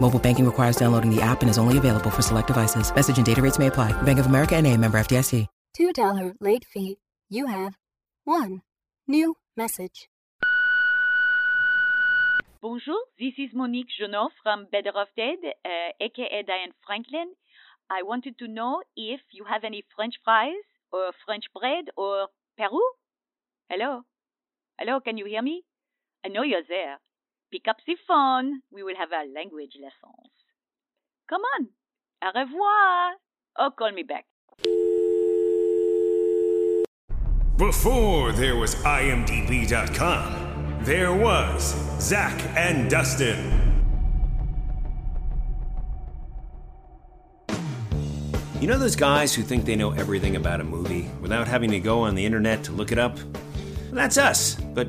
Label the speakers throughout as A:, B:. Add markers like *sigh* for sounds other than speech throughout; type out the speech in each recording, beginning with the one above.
A: Mobile banking requires downloading the app and is only available for select devices. Message and data rates may apply. Bank of America and a member FDIC.
B: $2 late fee. You have one new message.
C: Bonjour, this is Monique Jeannot from Better of Dead, uh, aka Diane Franklin. I wanted to know if you have any French fries or French bread or Peru. Hello? Hello, can you hear me? I know you're there. Pick up the phone. We will have our language lessons. Come on. Au revoir. Or call me back.
D: Before there was IMDb.com, there was Zach and Dustin. You know those guys who think they know everything about a movie without having to go on the internet to look it up? Well, that's us, but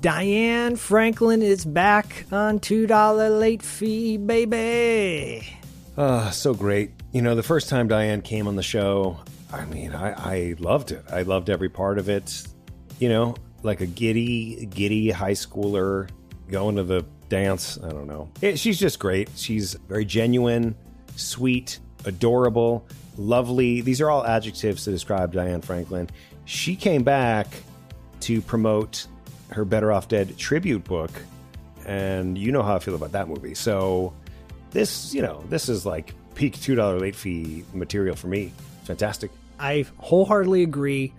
E: Diane Franklin is back on $2 late fee, baby.
D: Ah, so great. You know, the first time Diane came on the show, I mean, I, I loved it. I loved every part of it. You know, like a giddy, giddy high schooler going to the dance. I don't know. It, she's just great. She's very genuine, sweet, adorable, lovely. These are all adjectives to describe Diane Franklin. She came back to promote her Better Off Dead tribute book. And you know how I feel about that movie. So this, you know, this is like peak $2 late fee material for me. Fantastic.
F: I wholeheartedly agree.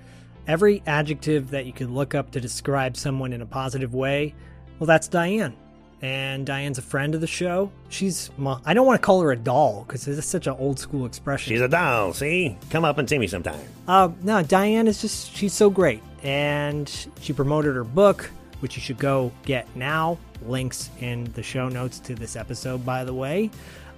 F: Every adjective that you could look up to describe someone in a positive way, well, that's Diane. And Diane's a friend of the show. She's, mo- I don't want to call her a doll because this is such an old school expression.
D: a doll, see? Come up and see me sometime.
F: Uh, no, Diane is just, she's so great. And she promoted her book, which you should go get now. Links in the show notes to this episode, by the way.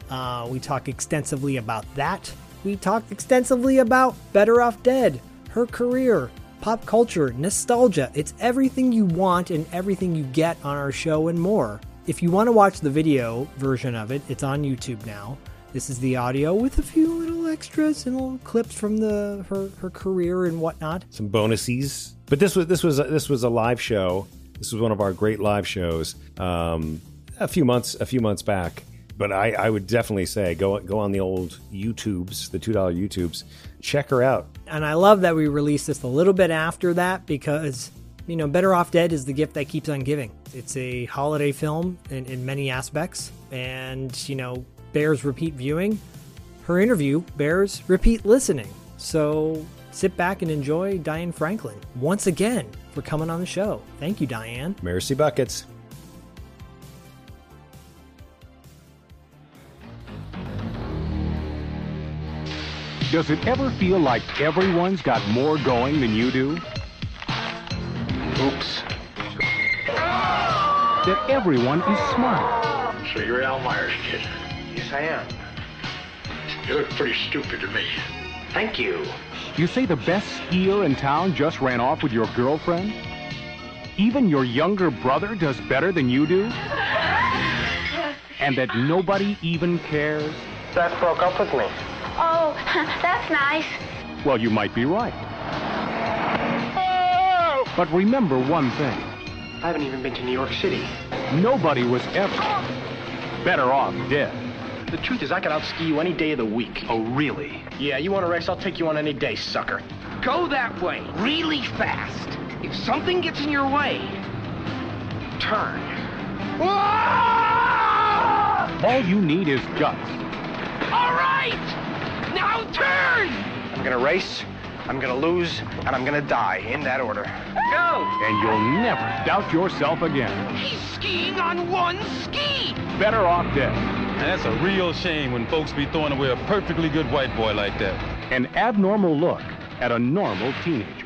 F: Uh, we talk extensively about that. We talked extensively about Better Off Dead, her career, pop culture, nostalgia. It's everything you want and everything you get on our show and more. If you want to watch the video version of it, it's on YouTube now. This is the audio with a few little extras and little clips from the her, her career and whatnot.
D: Some bonuses. But this was this was this was a live show. This was one of our great live shows. Um, a few months a few months back. But I, I would definitely say go go on the old YouTubes, the two dollar YouTubes. Check her out.
F: And I love that we released this a little bit after that because, you know, Better Off Dead is the gift that keeps on giving. It's a holiday film in, in many aspects and, you know, bears repeat viewing. Her interview bears repeat listening. So sit back and enjoy Diane Franklin once again for coming on the show. Thank you, Diane.
D: Mercy Buckets.
G: Does it ever feel like everyone's got more going than you do? Oops. That everyone is smart.
H: So you're Al Myers, kid. Yes, I am. You look pretty stupid to me. Thank you.
G: You say the best skier in town just ran off with your girlfriend? Even your younger brother does better than you do? And that nobody even cares?
I: Seth broke up with me.
J: Oh, *laughs* that's nice.
G: Well, you might be right. But remember one thing
I: I haven't even been to New York City.
G: nobody was ever better off dead.
I: The truth is, I could outski you any day of the week.
G: Oh, really?
I: Yeah, you want a race? I'll take you on any day, sucker.
H: Go that way, really fast. If something gets in your way, turn.
I: Ah!
G: All you need is guts.
H: All right! Now turn!
I: I'm gonna race, I'm gonna lose, and I'm gonna die in that order.
H: Go!
G: and you'll never doubt yourself again.
H: He's skiing on one ski!
G: Better off dead.
K: And that's a real shame when folks be throwing away a perfectly good white boy like that.
G: An abnormal look at a normal teenager.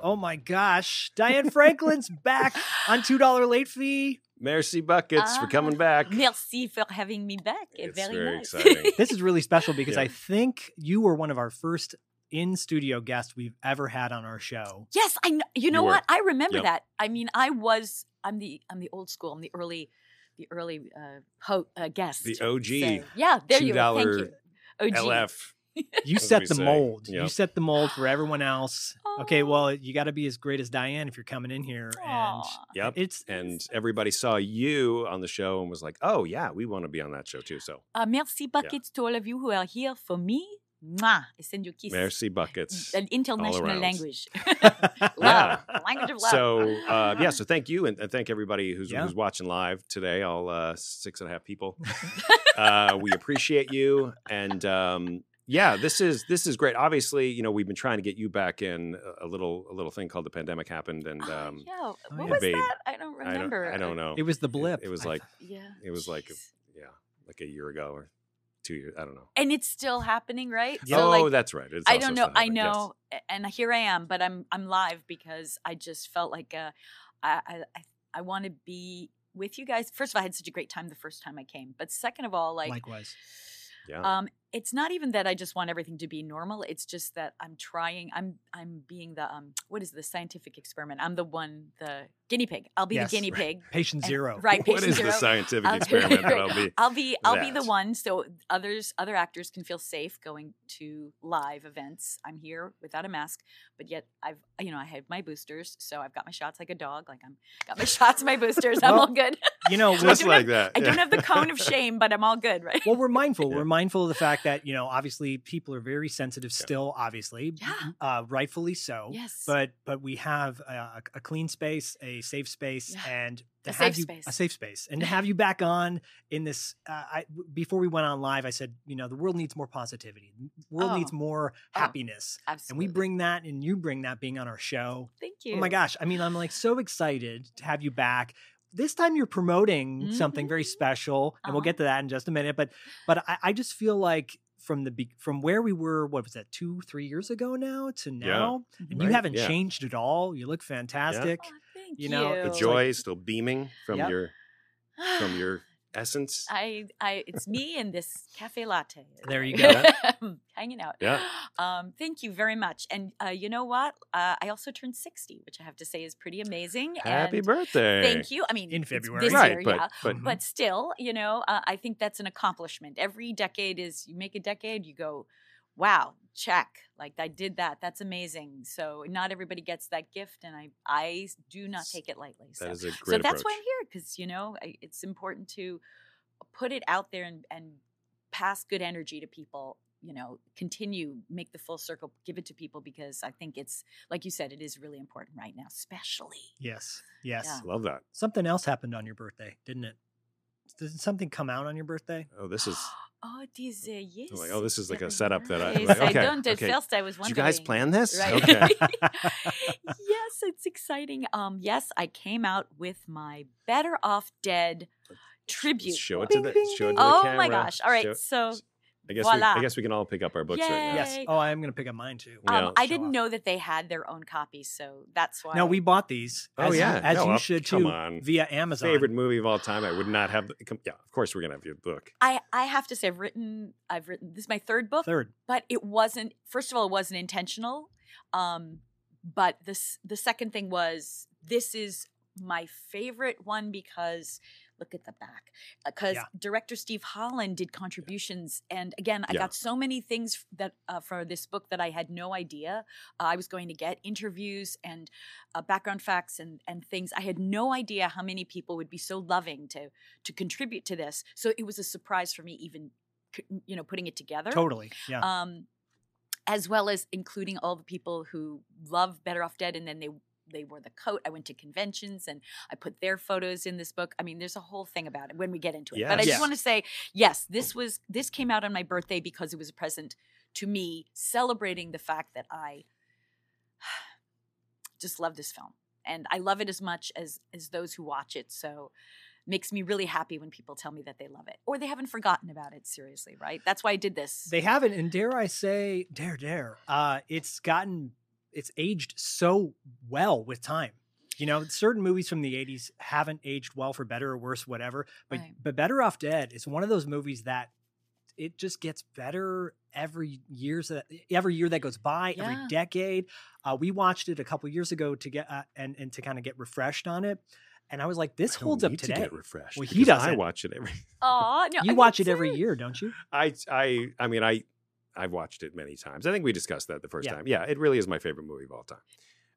F: Oh my gosh.
C: *laughs*
F: Diane Franklin's back on $2 late fee.
D: Merci buckets
C: Ah,
D: for coming back.
L: Merci for having me back.
D: It's
L: very,
D: very
L: nice. *laughs*
D: exciting.
F: This is really special because
D: Yeah.
F: I think you were one of our first in studio guests we've ever had on our show.
C: Yes, I know. You know
D: were.
C: what? I remember
D: Yep.
C: that. I mean, I was. I'm the. I'm the old school. I'm the early. The early uh, ho- uh, guest.
D: The OG.
C: So, yeah, there you go. Thank
D: $2
C: you. OG.
D: LF.
F: You
D: As we
F: set the
D: say,
F: mold. You
D: yep.
F: set the mold for everyone else. Okay,
C: Aw.
F: well, you got to be as great as Diane if you're coming in here. And
C: Aw.
D: Yep.
F: it's
D: and everybody saw you on the show and was like, "Oh yeah, we want to be on that show too." So
C: Uh, merci buckets to all of you who are here for me. Mwah. I send you kisses.
D: merci buckets.
C: mm, *laughs* An international
D: around.
C: language.
D: *laughs*
C: *laughs*
D: Yeah.
C: love. Language of love.
D: So uh, yeah, so thank you and, and thank everybody who's,
F: Yeah.
D: who's watching live today, all uh, six and a
F: *laughs*
D: half people. uh, we appreciate you, and um, yeah, this is this is great. Obviously, you know we've been trying to get you back in. A- A little a little thing called the pandemic happened, and
C: Oh,
D: um,
C: yeah. What
D: yeah.
C: was
D: Babe.
C: that? I don't
D: I don't
C: remember.
D: I don't know.
F: it was the blip.
D: It, was
F: I
D: like
C: Yeah.
D: it was like
C: Jeez.
D: yeah, like a year ago or two years. I don't know.
C: And it's still happening, right?
D: oh,
C: So, like,
D: that's right. It's
C: I
D: also
C: don't know.
D: still
C: I
D: happening, yes.
C: know, a- and here I am, but I'm I'm live because I just felt like uh, I I I, I want to be with you guys. First of all, I had such a great time the first time I came, but second of all, like
F: Likewise.
D: Yeah.
C: um, it's not even that I just want everything to be normal. It's just that I'm trying. I'm I'm being the um what is it, the scientific experiment? I'm the one the guinea pig. I'll be
F: Yes,
D: *laughs*
C: the guinea
F: right.
C: pig.
F: patient
C: and-
F: zero.
C: right.
D: *laughs* what
C: patient
D: is the
C: zero. *laughs*
D: scientific
C: I'll-
D: experiment that I'll be?
C: I'll be I'll be the
D: that.
C: one so others other actors can feel safe going to live events. I'm here without a mask, but yet I've you know I had my boosters, so I've got my shots like a dog. Like I'm got my *laughs* shots, my boosters. I'm
F: Well,
C: all good.
F: You know,
C: I
D: Just
C: don't
D: like
C: have-
D: that.
C: I don't
D: yeah. *laughs*
C: have the cone
F: *laughs*
C: of shame, but I'm all good, right?
F: well, we're mindful.
D: Yeah.
F: We're mindful of the fact that you know, obviously, people are very sensitive
D: Yeah.
F: still. Obviously,
C: *laughs* Yeah.
F: uh, rightfully so.
C: Yes.
F: But but we have a, a clean space, a safe space,
C: Yeah.
F: and to
C: A
F: have
C: safe
F: you
C: space.
F: a safe space, and
C: *laughs*
F: to have you back on in this. Uh, I w- before we went on live, I said, you know, the world needs more positivity. The world needs
C: Oh.
F: more
C: Oh.
F: happiness, and
C: Absolutely.
F: we bring that, and you bring that being on our show.
C: Thank you.
F: Oh my gosh. I mean, I'm like so excited to have you back. This time you're promoting something very
C: Mhm.
F: special, and we'll
C: Uh-huh.
F: get to that in just a minute. But but I, I just feel like from the be- from where we were, what was that, two, three years ago now to
D: Yeah.
F: now, and you
D: Right,
F: haven't
D: yeah.
F: changed at all. You look fantastic.
C: Oh, thank
F: You know,
D: the
C: *sighs*
F: It's
D: joy
F: like-
D: is still beaming from
F: Yep.
D: your from your essence.
C: I, I, it's me and this cafe latte. *laughs*
F: There you
C: Hanging out.
D: Yeah.
C: Um, thank you very much. And uh, you know what? Uh, I also turned 60, which I have to say is pretty amazing.
D: Happy
C: and
D: birthday!
C: Thank you. I mean,
F: In
C: it's
F: February.
C: This
D: right,
C: year,
D: but
C: yeah.
D: but
C: But still, you know, uh, I think that's an accomplishment. Every decade is, you make a decade, you go, wow, check. Like, I did that. That's amazing. So, not everybody gets that gift. And I, I do not take it lightly. so
D: that is a great
C: so that's
D: approach.
C: why I'm here because you know I, it's important to put it out there and, and pass good energy to people. You know, continue make the full circle, give it to people because I think it's like you said, it is really important right now, especially.
F: Yes. Yes.
C: Yeah.
D: Love that.
F: Something else happened on your birthday, didn't it? Didn't something come out on your birthday?
D: Oh,
C: *gasps*
D: this is
C: oh, it is uh, yes.
D: I'm like oh, this is like a
C: very
D: setup that I
C: nice.
D: like, okay.
C: I don't. At
D: okay.
C: first, I was
D: Did you
C: wondering.
D: guys plan this?
C: Right. *laughs*
D: Okay. *laughs*
C: yes, it's exciting. Um, yes, I came out with my Better Off Dead tribute.
D: Show it to the show it to the
C: oh
D: camera.
C: my gosh! All right,
D: Show-
C: so
D: I guess we,
C: voila.
D: I guess we can all pick up our books right
F: *laughs*
D: now.
F: Yes.
C: Yay.
F: Oh, I am gonna pick up mine too.
D: Yeah.
C: Um, I
F: Show
C: didn't
F: off.
C: know that they had their own copies, so that's why.
F: No, we bought these.
D: Oh,
F: as you-
D: yeah.
F: as
D: No,
F: you
D: I'll-
F: should
D: come
F: too
D: on.
F: via Amazon.
D: Favorite movie of all time. I would not have. The, come, yeah, of course we're gonna have your book.
C: I, I have to say, I've written. I've written. This is my third book,
F: Third.
C: but it wasn't. First of all, it wasn't intentional. Um, but this the second thing was this is my favorite one because look at the back. Because
M: Yeah.
C: director Steve Holland did contributions, and again, I
M: Yeah.
C: got so many things f- that uh, for this book that I had no idea uh, I was going to get interviews and uh, background facts and and things. I had no idea how many people would be so loving to to contribute to this. So it was a surprise for me, even c- you know putting it together.
F: Totally, yeah.
C: Um, as well as including all the people who love Better Off Dead, and then they they wore the coat. I went to conventions and I put their photos in this book. I mean, there's a whole thing about it when we get into it. But I
M: Yes.
C: just
M: Yeah.
C: want to say, yes, this was this came out on my birthday because it was a present to me, celebrating the fact that I *sighs* just love this film and I love it as much as as those who watch it. So makes me really happy when people tell me that they love it or they haven't forgotten about it seriously right that's why i did this
F: They haven't, and dare I say, dare dare. Uh, it's gotten, it's aged so well with time. You know, certain movies from the '80s haven't aged well for better or worse, whatever. But
C: Right.
F: but Better Off Dead is one of those movies that it just gets better every years that every year that goes by,
C: Yeah.
F: every decade. Uh, we watched it a couple years ago to get uh, and and to kind of get refreshed on it. And I was like, this holds up
D: need to
F: today.
D: get refreshed
F: Well, he
D: because I
F: doesn't.
D: watch it every.
C: oh no
F: you watch it every year, don't you?
D: I I I mean I I've watched it many times. I think we discussed that the first
F: Yeah.
D: time. Yeah, it really is my favorite movie of all time.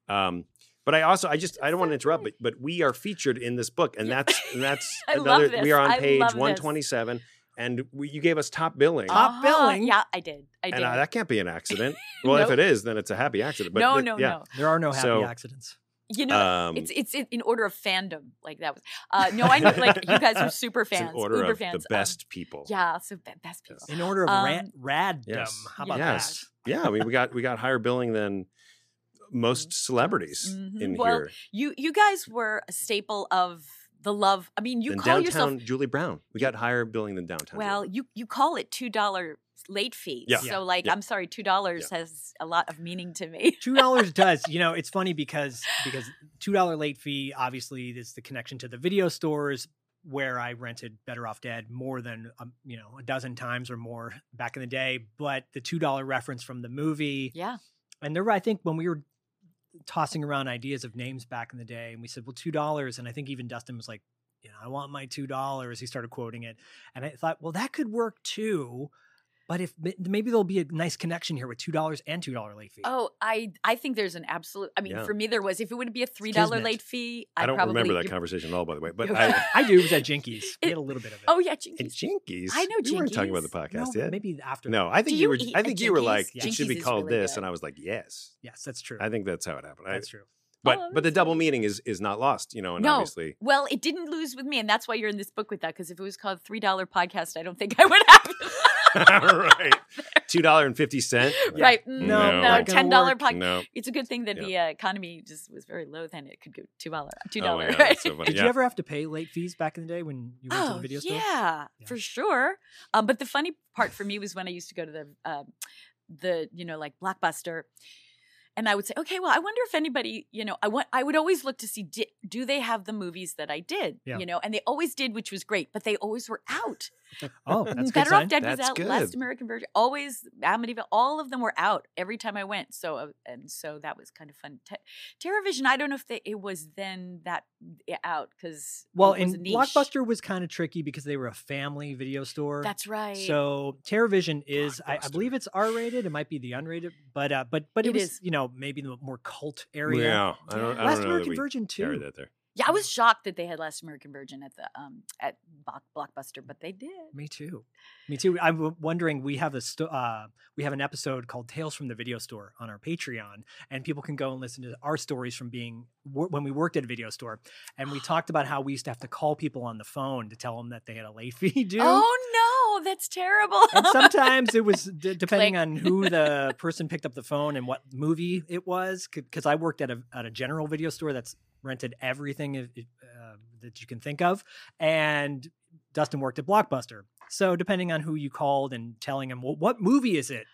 D: Um, but I also I just I don't want to interrupt, but but we are featured in this book, and that's
C: *laughs*
D: and that's
C: I
D: another.
C: love
D: We are
C: this. I
D: on page
C: love this.
D: 127, and we, you gave us top billing.
C: Ah,
F: billing.
C: yeah i did i did
D: and uh, that can't be an
C: *laughs*
D: accident. Well, if
C: Nope.
D: it is, then it's a happy accident. But
C: No,
D: th-
C: no,
D: yeah.
C: no.
F: There are no happy
D: So-
F: accidents.
C: you know
D: Um,
C: it's it's in, in order of fandom like that was uh no i know like you guys
D: *laughs*
C: are super
D: It's in
C: fans
D: order
C: uber
D: of the
C: fans um,
D: best people.
C: yeah so be- best people
F: In order of
C: Um,
F: ran- raddom.
D: Yes.
F: How about
D: yes. Yeah. I mean, we got we got higher billing
C: *laughs*
D: than most celebrities
C: mhm.
D: in
C: Mm-hmm. well
D: here.
C: you you guys were a staple of the love i mean you
D: than
C: call
D: downtown
C: yourself
D: Julie Brown. We got higher billing than downtown.
C: well you you call it two dollar late fee
D: Yeah. Yeah.
C: so like
D: Yeah.
C: i'm sorry two dollars has a lot of meaning to me *laughs*
F: two dollars does you know it's funny because because two dollar late fee obviously is the connection to the video stores where i rented better off dead more than um, you know a dozen times or more back in the day but the two dollar reference from the movie
C: yeah
F: and there were i think when we were tossing around ideas of names back in the day and we said well two dollars and i think even dustin was like you know i want my two dollars he started quoting it and i thought well that could work too but if maybe there'll be a nice connection here with two dollars and two dollar late fee
C: Oh, I I think there's an absolute. I mean,
F: Yeah.
C: for me, there was. If it would be a three dollar
F: kismet.
C: late fee, I,
D: I don't
C: probably
D: remember that
C: you-
D: conversation at all, by the way. But
C: You're
D: *laughs*
C: *laughs*
D: I,
C: right.
F: I do. It was at Jinkies. We had a little bit of it.
C: Oh yeah, Jinkies.
D: and Jinkies.
C: I know
D: We weren't talking about the
C: Jinkies.
D: podcast
F: No,
D: yet.
F: maybe after.
D: No, I think
C: Do
D: you,
C: you
D: were.
C: eat
D: I
C: at
D: think you were
C: Jinkies?
D: like it
C: Jinkies
D: should be
C: is
D: called
C: really
D: this,
C: good.
D: and I was like, yes.
F: Yes, that's true.
D: I think that's how it happened. I-
F: That's true.
D: But
C: Oh,
D: but the double meaning is is not lost, you know, and
C: no,
D: obviously
C: well, it didn't lose with me, and that's why you're in this book with that. Because if it was called three dollar podcast, I don't think I would have.
D: *laughs*
C: *laughs*
D: right. Two dollar and fifty cent.
C: Right? mm,
D: No.
C: no, ten dollar podcast.
D: No.
C: It's a good thing that
D: Yeah.
C: the uh, economy just was very low. Then it could go two dollar, two
D: Oh my
C: dollar. *laughs*
D: God,
C: right?
D: that's so funny.
F: Did
D: Yeah.
F: you ever have to pay late fees back in the day when you went to the video store?
C: Oh, Yeah, for sure. Um, but the funny part for me was when I used to go to the um, the you know like Blockbuster, and I would say, okay, well, I wonder if anybody you know I want I would always look to see di- do they have the movies that I did
M: Yeah.
C: you know, and they always did, which was great, but they always were out. Mm-hmm.
F: Oh, *laughs* that's a good
C: Better
F: sign.
C: Off Dead was
F: That's
C: out.
F: good.
C: Last American Virgin, always Amityville, all of them were out every time I went. So uh, and so that was kind of fun. Te- TerraVision, I don't know if they, it was then that eh, out because
F: Well,
C: it was
F: and
C: a niche.
F: Blockbuster was kind of tricky because they were a family video store.
C: That's right.
F: So TerraVision is, I, I believe it's R rated. It might be the unrated, but uh, but but it,
C: It
F: was,
C: is.
F: you know, maybe the more cult area.
D: Yeah, I don't- I don't
F: Last
D: know that
F: American
D: we
F: Virgin
D: carry
F: too.
D: that there.
C: Yeah, I was shocked that they had Last American Virgin at the um at Bo- Blockbuster, but they did.
F: Me too. Me too. I'm w- wondering. We have a sto- uh, we have an episode called "Tales from the Video Store" on our Patreon, and people can go and listen to our stories from being wor- when we worked at a video store, and we talked about how we used to have to call people on the phone to tell them that they had a late *laughs* fee due.
C: Oh no, that's terrible. *laughs*
F: And sometimes it was d- depending
C: Click.
F: on who the person picked up the phone and what movie it was. Because I worked at a at a general video store that's rented everything if- if, uh, that you can think of, and Dustin worked at Blockbuster. So depending on who you called and telling him, well, what movie is it?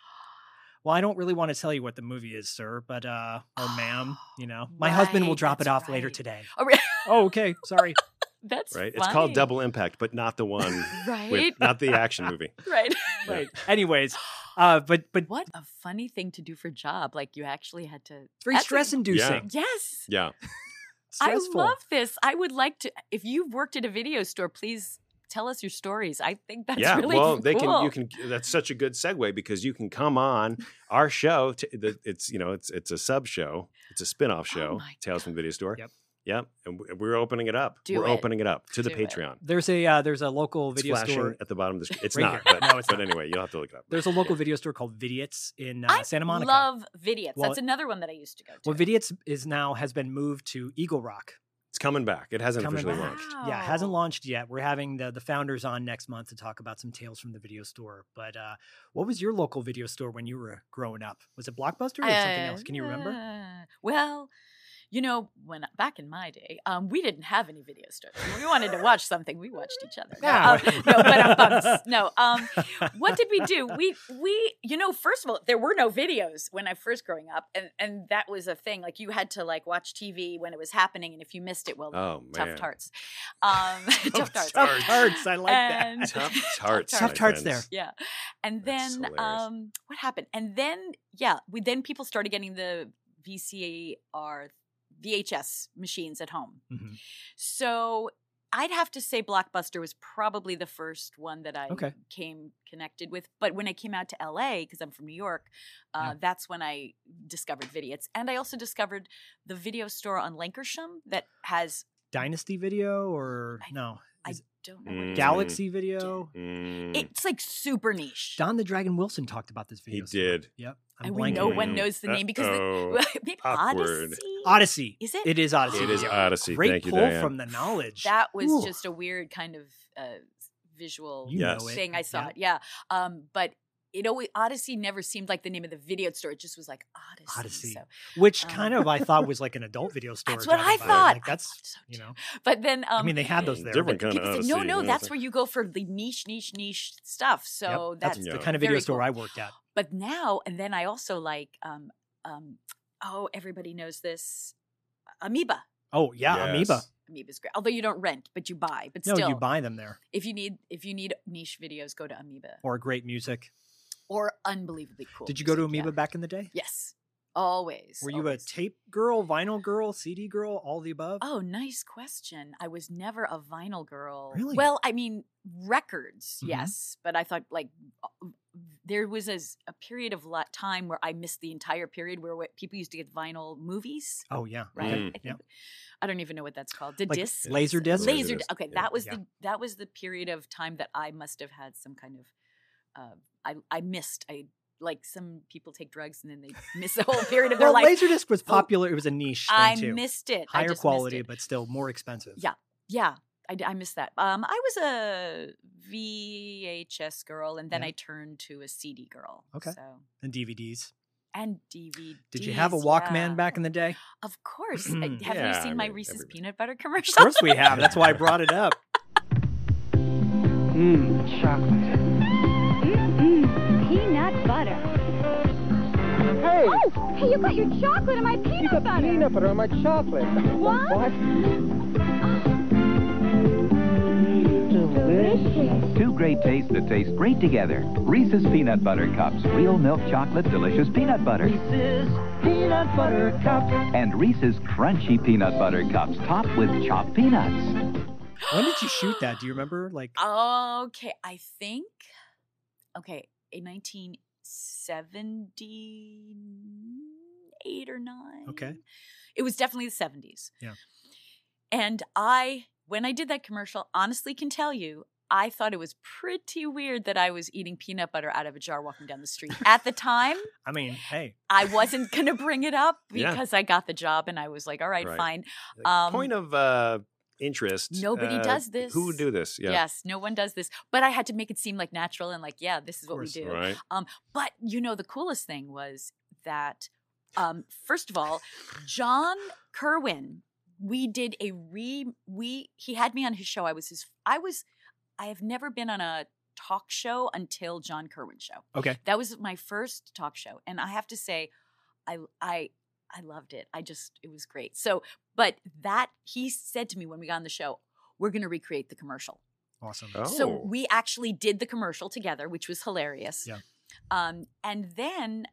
F: Well, I don't really want to tell you what the movie is, sir, but uh, or
C: *gasps*
F: ma'am, you know, my husband will
C: right,
F: drop it
C: that's
F: off later
C: right.
F: today.
C: Oh, re- *laughs*
F: Oh, okay, sorry.
C: that's
D: Right. It's called
C: funny.
D: double *laughs* impact, but not
C: *laughs*
D: the one with
C: Right?
D: not the action movie.
C: Right. *laughs*
F: right. Anyways, uh, but but
C: what a funny thing to do for job. Like you actually had to
F: very
C: that's a-
F: stress inducing.
C: Yes.
D: Yeah.
N: stressful.
C: I love this. I would like to. If you've worked at a video store, please tell us your stories. I think that's
D: yeah,
C: really
D: well,
C: cool.
D: they can. You can. That's such a good segue because you can
C: *laughs*
D: come on our show. To, the, it's you know, it's it's a sub show. It's a spin
C: Oh
D: off show. Tales from the Video Store. Yep. Yep. And w- we're opening it up.
F: Do
D: we're
F: it.
D: opening it up to the
F: Do it.
D: Patreon.
F: There's a uh, there's a local
D: It's
F: video
D: flashing
F: store.
D: at the bottom
F: *laughs*
D: of the screen. It's
F: Right
D: not.
F: here.
D: But, but anyway, you'll have to look it up.
F: There's a local video store called Vidiots in uh, Santa Monica.
C: Love Vidiots.
F: Well-
C: that's another one that I used to go to.
F: well, Vidiots is now has been moved to Eagle Rock.
D: It's coming back. It hasn't
F: Coming
D: officially
F: back.
D: launched.
F: Yeah, it hasn't launched yet. We're having the the founders on next month to talk about some tales from the video store. But uh, what was your local video store when you were growing up? Was it Blockbuster or something
C: Uh,
F: else? Can you remember?
C: uh, well, you know, when back in my day, um, we didn't have any video stores. When we wanted to watch something, we watched each other. No,
F: Yeah.
C: um, no, but um,
F: *laughs*
C: bums. no. Um, what did we do? We we you know, first of all, there were no videos when I first growing up, and and that was a thing. Like you had to like watch TV when it was happening, and if you missed it, well,
D: Oh,
C: tough
D: man.
C: tarts. Um, *laughs* tough tarts.
F: Oh, Tough tarts. I like
C: And- *laughs*
F: *laughs* that.
D: Tough tarts.
F: Tough
D: my
F: tarts
D: friends.
F: there.
C: yeah. And then
D: hilarious.
C: um what happened? And then yeah, we then people started getting the VCR VHS machines at home.
F: Mhm.
C: So I'd have to say Blockbuster was probably the first one that I
F: Okay.
C: came connected with. But when I came out to LA, because I'm from New York, uh, that's when I discovered Vidiots. And I also discovered the video store on Lankersham that has,
F: Dynasty Video or no?
C: I
F: Is it
C: don't know
D: Mm.
C: what it is.
F: Galaxy Video.
C: It's like super niche.
F: Don the Dragon Wilson talked about this video.
D: He did. Mm.
F: Yep.
C: And we know one knows the name because *laughs*
D: Uh-oh.
C: the, *laughs* maybe
D: Awkward.
C: Odyssey.
F: Odyssey.
C: Is it?
F: It is Odyssey.
D: It is
F: Yeah.
D: Odyssey.
F: Great
D: Thank you,
F: pull
D: Diane.
F: from the knowledge.
C: That was
F: Ooh.
C: just a weird kind of uh, visual
F: You know Yes. it.
C: thing. I saw
F: Yeah.
C: it. Yeah. Um, but it always Odyssey never seemed like the name of the video store. It just was like Odyssey.
F: Odyssey.
C: So.
F: Which kind of I thought was like an adult video store.
C: uh, *laughs* That's what
F: driving
C: I
F: by.
C: thought.
F: Like that's you know.
C: But then, um,
F: I mean, they had those there.
D: Mm, Different
F: but
D: kind
C: people
D: of
C: said,
D: Odyssey.
C: no, no,
D: it's
C: that's
D: like-
C: where you go for the niche, niche, niche stuff. So
F: Yep,
C: that's,
F: the kind of video
C: very
F: store
C: cool.
F: I worked at.
C: But now, and then I also like, um, um, oh, everybody knows this, uh, Amoeba.
F: Oh yeah, Amoeba.
D: Yes.
C: Amoeba's great. Although you don't rent, but you buy. But
F: No,
C: still,
F: you buy them there.
C: If you need if you need niche videos, go to Amoeba
F: Or great music.
C: or unbelievably cool.
F: Did you go to
C: music, yeah.
F: Amoeba back in the day?
C: Yes, always.
F: Were you a
C: always.
F: tape girl, vinyl girl, CD girl, all the above?
C: Oh, nice question. I was never a vinyl girl.
F: Really?
C: Well, I mean, records,
F: Mhm.
C: yes, but I thought like uh, there was a, s- a period of li- time where I missed the entire period where what, people used to get vinyl movies.
F: Oh, yeah.
C: right.
D: Mm.
F: Okay.
C: I, think- I don't even know what that's called. The
F: Like
C: disc,
F: laser disc?
C: laser.
F: Laserdisc,
C: di- okay,
F: yeah.
C: that was
F: Yeah.
C: the that was the period of time that I must have had some kind of. Uh, I I missed. I like some people take drugs and then they miss a whole period of their
F: well,
C: life. Oh,
F: Laserdisc was popular. It was a niche thing
C: I
F: too.
C: missed it. I
F: Higher
C: just missed
F: quality,
C: it.
F: but still more expensive.
C: Yeah, yeah. I, d- I missed that. Um, I was a VHS girl, and then
F: Yeah.
C: I turned to a CD girl.
F: Okay.
C: So
F: And DVDs.
C: and DVD.
F: Did you have a Walkman back in the day?
C: Of course. Uh,
F: *clears throat*
C: Have
F: Yeah,
C: you
F: I
C: seen my
F: mean,
C: Reese's
F: everybody-
C: peanut butter commercial?
F: Of course we have. That's why I brought it up.
G: Mmm, chocolate.
O: Mm-mm. Peanut butter. Hey! Oh, hey, you got your chocolate in my peanut butter. peanut butter on my chocolate. What? Oh. Delicious.
M: Two great tastes that taste great together. Reese's Peanut Butter Cups, real milk chocolate, delicious peanut butter.
P: Reese's peanut butter cup.
M: And Reese's Crunchy Peanut Butter Cups, topped with chopped peanuts.
F: When did you shoot that? Do you remember? Like
C: Um, Okay, I think. Okay, in 1978 or nine.
F: Okay.
C: It was definitely the 70s.
F: Yeah.
C: And I, when I did that commercial, honestly can tell you, I thought it was pretty weird that I was eating peanut butter out of a jar walking down the street. At the time,
F: I mean, hey.
C: I wasn't going to bring it up
D: *laughs* Yeah.
C: because I got the job and I was like, all right,
D: Right.
C: fine. Um,
D: Like, point of uh, interest.
C: Nobody
D: uh,
C: does this.
D: Who would do this? Yeah.
C: Yes, no one does this. But I had to make it seem like natural and like, yeah, this is what we
D: course.
C: do.
D: Right.
C: Um, but you know, the coolest thing was that, um, first of all, John Kerwin, we did a re we he had me on his show. I was his I was I have never been on a talk show until John Kerwin show.
F: Okay.
C: That was my first talk show, and I have to say, I I I loved it. I just it was great. So, but that he said to me when we got on the show, we're going to recreate the commercial.
F: Awesome.
C: So we actually did the commercial together, which was hilarious.
F: Oh. Yeah.
C: Um, and then,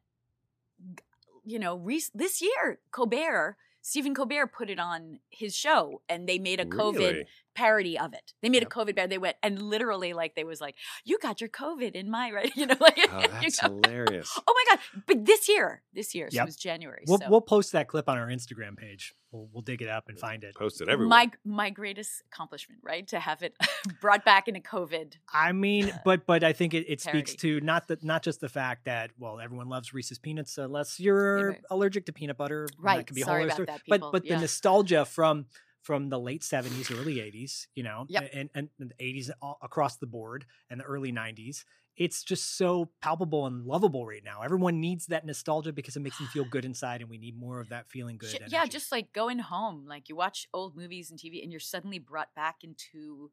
C: g- you know, rec- this year Colbert Stephen Colbert put it on his show, and they made a COVID
D: Really?
C: parody of it. They made a COVID parody. They went and literally like they was like, "You got your COVID in my right," *laughs* you know, like
D: Oh,
C: you
D: that's
C: know?
D: hilarious.
C: Oh my god! But this year, this year, so
F: Yep.
C: it was January.
F: We'll,
C: so
F: we'll post that clip on our Instagram page. We'll, we'll dig it up and find it.
D: Post it
C: my my greatest accomplishment, right, to have it *laughs* brought back in a COVID.
F: I mean,
C: *laughs*
F: but but I think it, it speaks
C: parody.
F: to not that not just the fact that well everyone loves Reese's peanuts unless you're
C: Favorite.
F: allergic to peanut butter. and
C: Right,
F: That could be a
C: sorry
F: whole other
C: about
F: story.
C: that, people,
F: But but
C: yeah.
F: the nostalgia from from the late seventies, early eighties, you know,
C: Yep.
F: and and and the eighties across the board, and the early nineties. It's just so palpable and lovable right now. Everyone needs that nostalgia because it makes them feel
C: *sighs*
F: good inside, and we need more of that feeling good.
C: Shit,
F: energy.
C: yeah, just like going home, like you watch old movies and TV, and you're suddenly brought back into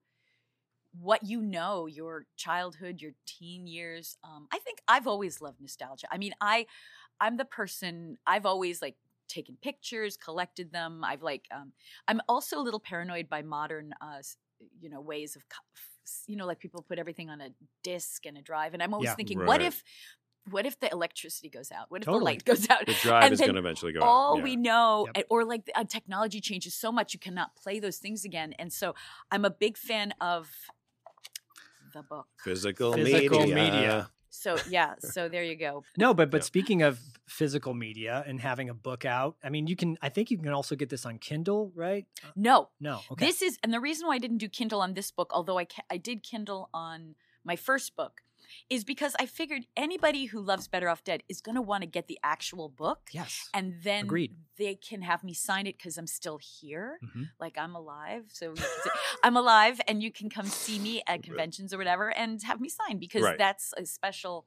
C: what you know your childhood your teen years um, i think i've always loved nostalgia i mean i i'm the person i've always like taken pictures collected them i've like um, i'm also a little paranoid by modern uh, s- you know ways of co- s- you know like people put everything on a disk and a drive and i'm always
D: Yeah.
C: thinking what
D: Right.
C: if what if the electricity goes out what if the
D: Totally.
C: light goes out
D: The drive
C: And
D: is gonna
C: then
D: eventually go out.
C: all
D: Yeah.
C: we know and- or like the, uh, technology changes so much you cannot play those things again and so i'm a big fan of the book
D: Physical,
F: Physical
D: media.
F: media.
C: so yeah so there you go
F: No, but but speaking of physical media and having a book out, I mean, you can. I think you can also get this on Kindle, right?
C: no
F: No. Okay.
C: This is, and the reason why I didn't do Kindle on this book, although I ca- I did Kindle on my first book, is because I figured anybody who loves Better Off Dead is going to want to get the actual book.
F: Yes.
C: And then
F: Agreed.
C: they can have me sign it because I'm still here.
F: Mhm.
C: Like I'm alive. So you can say, I'm alive, and you can come see me at conventions or whatever and have me sign because
F: Right.
C: that's a special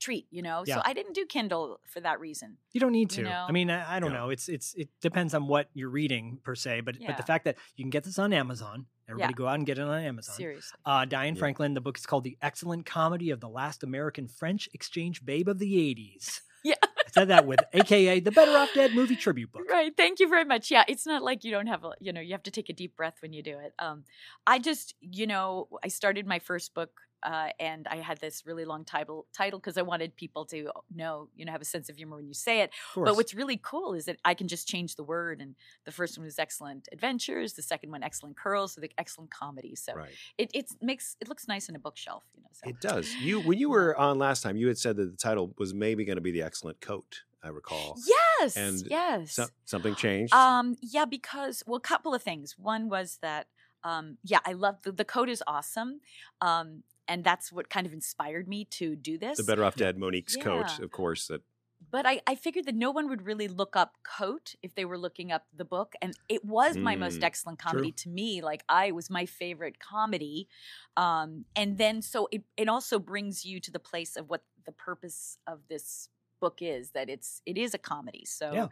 C: treat, you know? So
F: Yeah.
C: I didn't do Kindle for that reason.
F: You don't need to.
C: You know?
F: I mean, I, I don't know. It's it's it depends on what you're reading per se, but but
C: Yeah.
F: the fact that you can get this on Amazon, everybody
C: Yeah.
F: go out and get it on Amazon.
C: Seriously.
F: Uh, Diane Franklin, the book is called "The Excellent Comedy of the Last American French Exchange Babe of the '80s."
C: *laughs* Yeah.
F: I said that with AKA the Better Off Dead
C: *laughs*
F: movie tribute book.
C: Right. Thank you very much. Yeah, it's not like you don't have a, you know, you have to take a deep breath when you do it. Um, I just, you know, I started my first book uh, and I had this really long title title because I wanted people to know, you know, have a sense of humor when you say it.
J: course.
C: But what's really cool is that I can just change the word and the first one was excellent adventures, the second one excellent curls, so the excellent comedy. So
D: Right.
C: it it makes it looks nice in a bookshelf, you know. So
D: It does. You when you were uh, on last time, you had said that the title was maybe going to be the excellent coat. I recall.
C: Yes,
D: And
C: yes.
D: so- something changed.
C: Um, yeah, because well, a couple of things. One was that um, yeah, I love the, the code is awesome, um, and that's what kind of inspired me to do this.
D: the better off dead Monique's coat,
C: Yeah.
D: of course. That
C: But I, I figured that no one would really look up coat if they were looking up the book, and it was my most
D: Mm,
C: excellent comedy
D: true.
C: to me. Like I it was my favorite comedy, um, and then so it it also brings you to the place of what the purpose of this book is that it's it is a comedy. So
D: Yeah.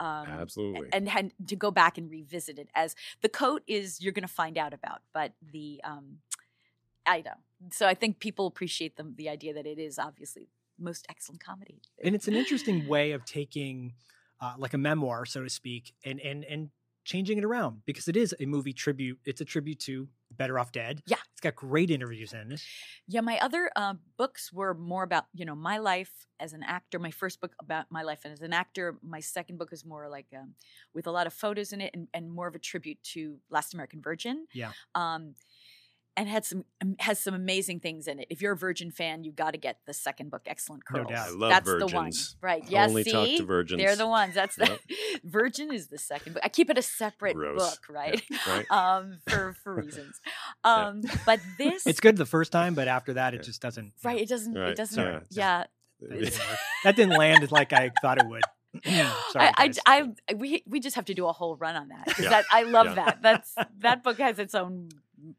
C: um,
D: Absolutely.
C: and, and to go back and revisit it as the coat is you're going to find out about, but the um, I know. So I think people appreciate the the idea that it is obviously most excellent comedy.
F: and it's an interesting way of taking uh, like a memoir so to speak and and and changing it around because it is a movie tribute it's a tribute to better off dead
C: yeah
F: it's got great interviews in it
C: Yeah, my other uh, books were more about you know my life as an actor. My first book about my life as an actor. My second book is more like um, with a lot of photos in it and, and more of a tribute to Last American Virgin.
F: yeah
C: Um, and had some um, has some amazing things in it. If you're a Virgin fan, you got to get the second book, Excellent
D: No
C: Curls.
D: doubt. I love
C: That's the one,
D: virgins.
C: right?
D: I
C: Yeah,
D: only
C: see,
D: talk to virgins.
C: they're the ones. That's the
D: Yep.
C: *laughs* Virgin is the second book. I keep it a separate
F: Gross.
C: book, right?
F: Yeah, right.
C: *laughs* um, for for reasons. Um, but this
F: it's good the first time but after that it just doesn't
C: Right. It doesn't.
F: Right,
C: It doesn't.
F: sorry, just-
C: Yeah.
F: that didn't, work. *laughs* That didn't land like i thought it would *clears throat* sorry
C: *laughs* *gasps* I,
F: guys.
C: I, I, we, we just have to do a whole run on that. 'cause
F: Yeah.
C: that I love
F: Yeah.
C: that. That's that book has its own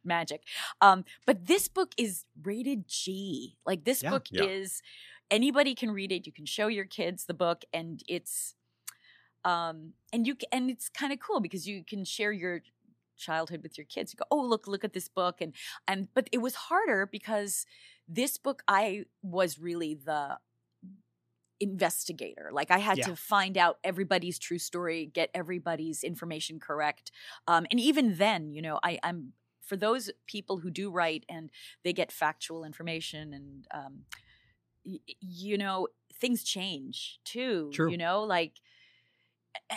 C: magic. Um, but this book is rated G. Like this
J: Yeah.
C: book
J: Yeah.
C: is anybody can read it. You can show your kids the book, and it's um, and you c- and it's kind of cool because you can share your childhood with your kids. You go, oh look, look at this book, and and but it was harder because this book I was really the investigator. Like I had
J: Yeah.
C: to find out everybody's true story, get everybody's information correct. Um, and even then, you know, I, I'm for those people who do write and they get factual information and um, y- you know things change too.
J: True.
C: You know, like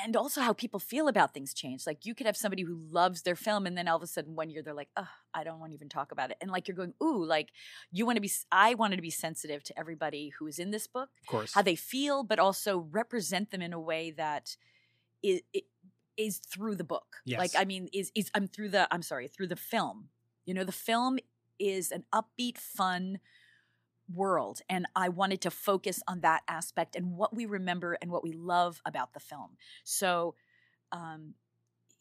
C: and also how people feel about things change. Like you could have somebody who loves their film, and then all of a sudden one year they're like, "Oh, I don't want to even talk about it," and like you're going, "Ooh, like you want to be." I wanted to be sensitive to everybody who is in this book,
J: Of course.
C: how they feel, but also represent them in a way that is it is through the book. Like
J: Yes.
C: I mean, is is I'm through the I'm sorry through the film. You know, the film is an upbeat, fun world and i wanted to focus on that aspect and what we remember and what we love about the film so um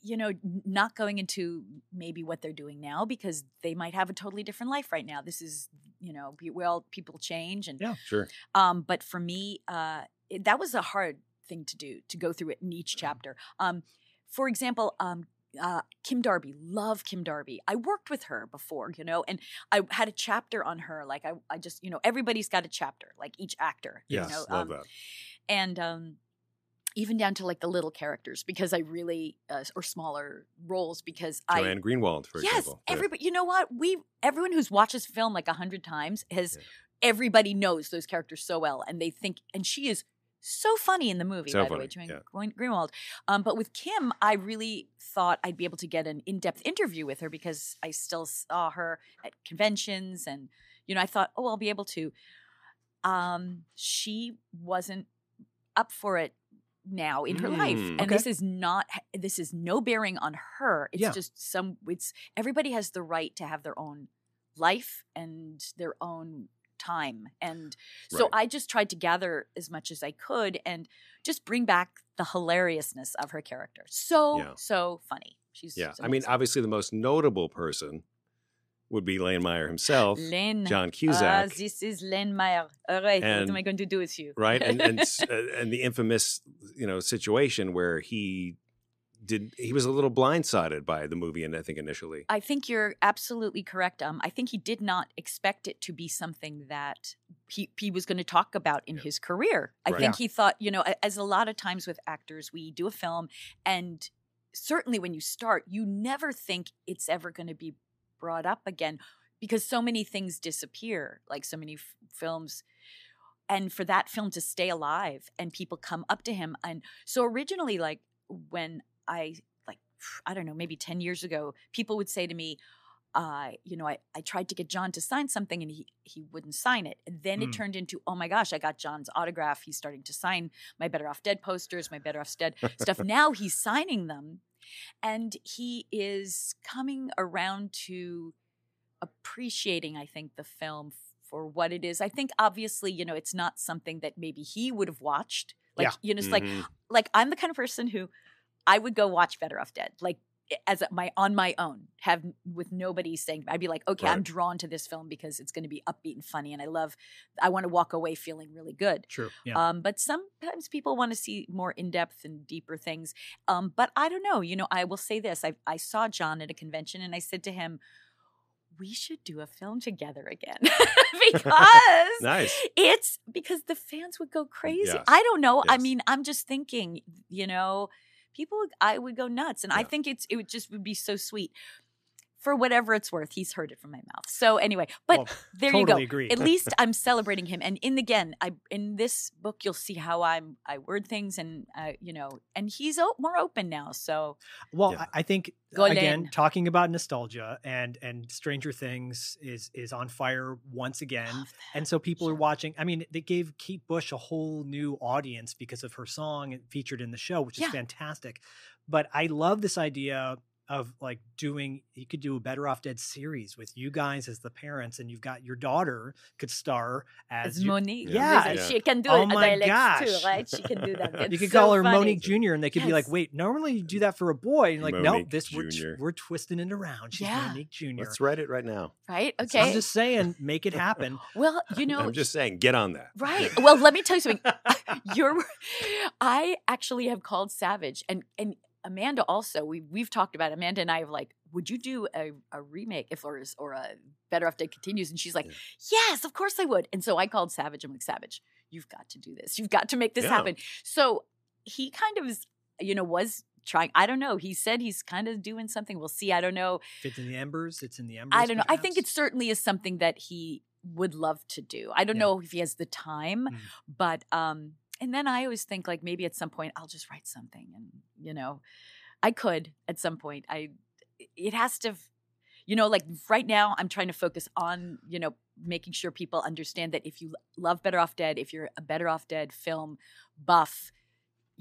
C: you know n- not going into maybe what they're doing now because they might have a totally different life right now this is you know be- well people change and yeah
D: Sure.
C: um, but for me, uh, it, that was a hard thing to do to go through it in
D: Mm-hmm.
C: each chapter. Um, for example, um, uh, Kim Darby, love Kim Darby. I worked with her before, you know, and I had a chapter on her. Like I, I just, you know, everybody's got a chapter, like each actor.
D: Yes,
C: you know,
D: love
C: um,
D: that.
C: and um, even down to like the little characters because I really uh, or smaller roles because I
D: Joanne Greenwald, for
C: yes,
D: example. Yeah.
C: everybody. You know what? We everyone who's watched this film like a hundred times has everybody knows those characters so well, and they think. And she is so funny in the movie,
J: So
C: by the
J: funny,
C: way, Joanne
J: yeah.
C: Green- Greenwald. Um, but with Kim, I really thought I'd be able to get an in-depth interview with her because I still saw her at conventions, and you know, I thought, oh, I'll be able to. Um, she wasn't up for it now in her life
J: Mm.
C: and
J: Okay.
C: this is not this is no bearing on her it's
J: Yeah.
C: just some it's everybody has the right to have their own life and their own time and so
J: Right.
C: i just tried to gather as much as i could and just bring back the hilariousness of her character so
D: Yeah.
C: so funny she's
D: Yeah.
C: so
D: I mean,
C: amazing.
D: obviously, the most notable person would be Lane Meyer himself,
C: Lynn,
D: John
C: Ah,
D: Cusack,
C: this is Lynn Meyer. All right, what
D: And-
C: am I going to do with you?
D: right?
C: *laughs*
D: And and s- uh, and the infamous, you know, situation where he did he was a little blindsided by the movie, and I think initially,
C: I think you're absolutely correct. Um, I think he did not expect it to be something that he he was going to talk about in his career. I
J: Right.
C: think
J: Yeah.
C: he thought, you know, a- as a lot of times with actors, we do a film, and certainly when you start, you never think it's ever going to be brought up again because so many things disappear, like so many f- films and for that film to stay alive and people come up to him and so originally like when i like i don't know maybe 10 years ago people would say to me uh, you know, I, I tried to get John to sign something and he, he wouldn't sign it. And then it
J: Mm.
C: turned into, oh my gosh, I got John's autograph. He's starting to sign my Better Off Dead posters, my Better Off Dead stuff. Now he's signing them. And he is coming around to appreciating, I think, the film for what it is. I think obviously, you know, it's not something that maybe he would have watched. Like,
J: Yeah.
C: you know, it's like
D: Mm-hmm.
J: Mhm.
C: like I'm the kind of person who I would go watch Better Off Dead. Like as a- my on my own, have with nobody saying I'd be like, okay, I'm
J: Right.
C: drawn to this film because it's going to be upbeat and funny, and I love. I want to walk away feeling really good.
J: True, yeah.
C: Um, but sometimes people want to see more in depth and deeper things. Um, but I don't know. You know, I will say this: I I saw John at a convention, and I said to him, "We should do a film together again." *laughs* because
J: Nice.
C: it's because the fans would go crazy.
J: Yes.
C: I don't know. I
J: Yes.
C: mean, I'm just thinking, you know, people would, I would go nuts and I think it's it would just would be so sweet. For whatever it's worth, he's heard it from my mouth. So anyway, but
J: Well,
C: there
J: totally
C: you go.
F: *laughs*
J: agreed.
C: At least I'm celebrating him. And in the again, I in this book you'll see how I'm I word things and uh, you know, and he's o- more open now. So *sighs*
F: Well, I, I think uh,
C: Go
F: again,
C: Lynn.
F: talking about nostalgia and and Stranger Things is is on fire once again, and so people are watching. I mean, they gave Kate Bush a whole new audience because of her song featured in the show, which is
C: Yeah.
F: fantastic. But I love this idea of like doing you could do a better off dead series with you guys as the parents and you've got your daughter could star as,
C: As
F: your-
C: Monique.
F: yeah,
C: Listen, she can do
F: oh
C: a
F: my
C: dialect too,
F: gosh.
C: right? She can do
F: *laughs*
C: that.
F: you
C: It's
F: could
C: so
F: call her
C: funny.
F: Monique Junior, and they could be like,
C: Yes.
F: "Wait, normally you do that for a boy." And like, no,
D: Monique
F: this we're,
D: Jr..
F: we're twisting it around. She's
C: Yeah.
F: Monique Junior.
D: let's write it right now.
C: Right? Okay.
F: I'm just saying, make *laughs* it
C: *laughs*
F: happen.
C: well, you know,
D: *laughs* I'm just saying, get on that. *laughs*
C: Right. Well, let me tell you something. You're, *laughs* I actually have called Savage and and Amanda also. We we've talked about it. Amanda and I have like, would you do a, a remake if or is- or a Better Off Dead continues? And she's like, yes, of course I would. And so I called Savage. I'm like, Savage, you've got to do this. You've got to make this
J: Yeah.
C: happen. So he kind of is, you know, was trying. I don't know. He said he's kind of doing something. We'll see. I don't know.
F: If it's in the embers, it's in the embers.
C: I don't know. I think it certainly is something that he would love to do. I don't know if he has the time, but um and then I always think like maybe at some point I'll just write something, and you know, I could at some point. I it has to, f- you know, like right now I'm trying to focus on you know making sure people understand that if you love Better Off Dead, if you're a Better Off Dead film buff,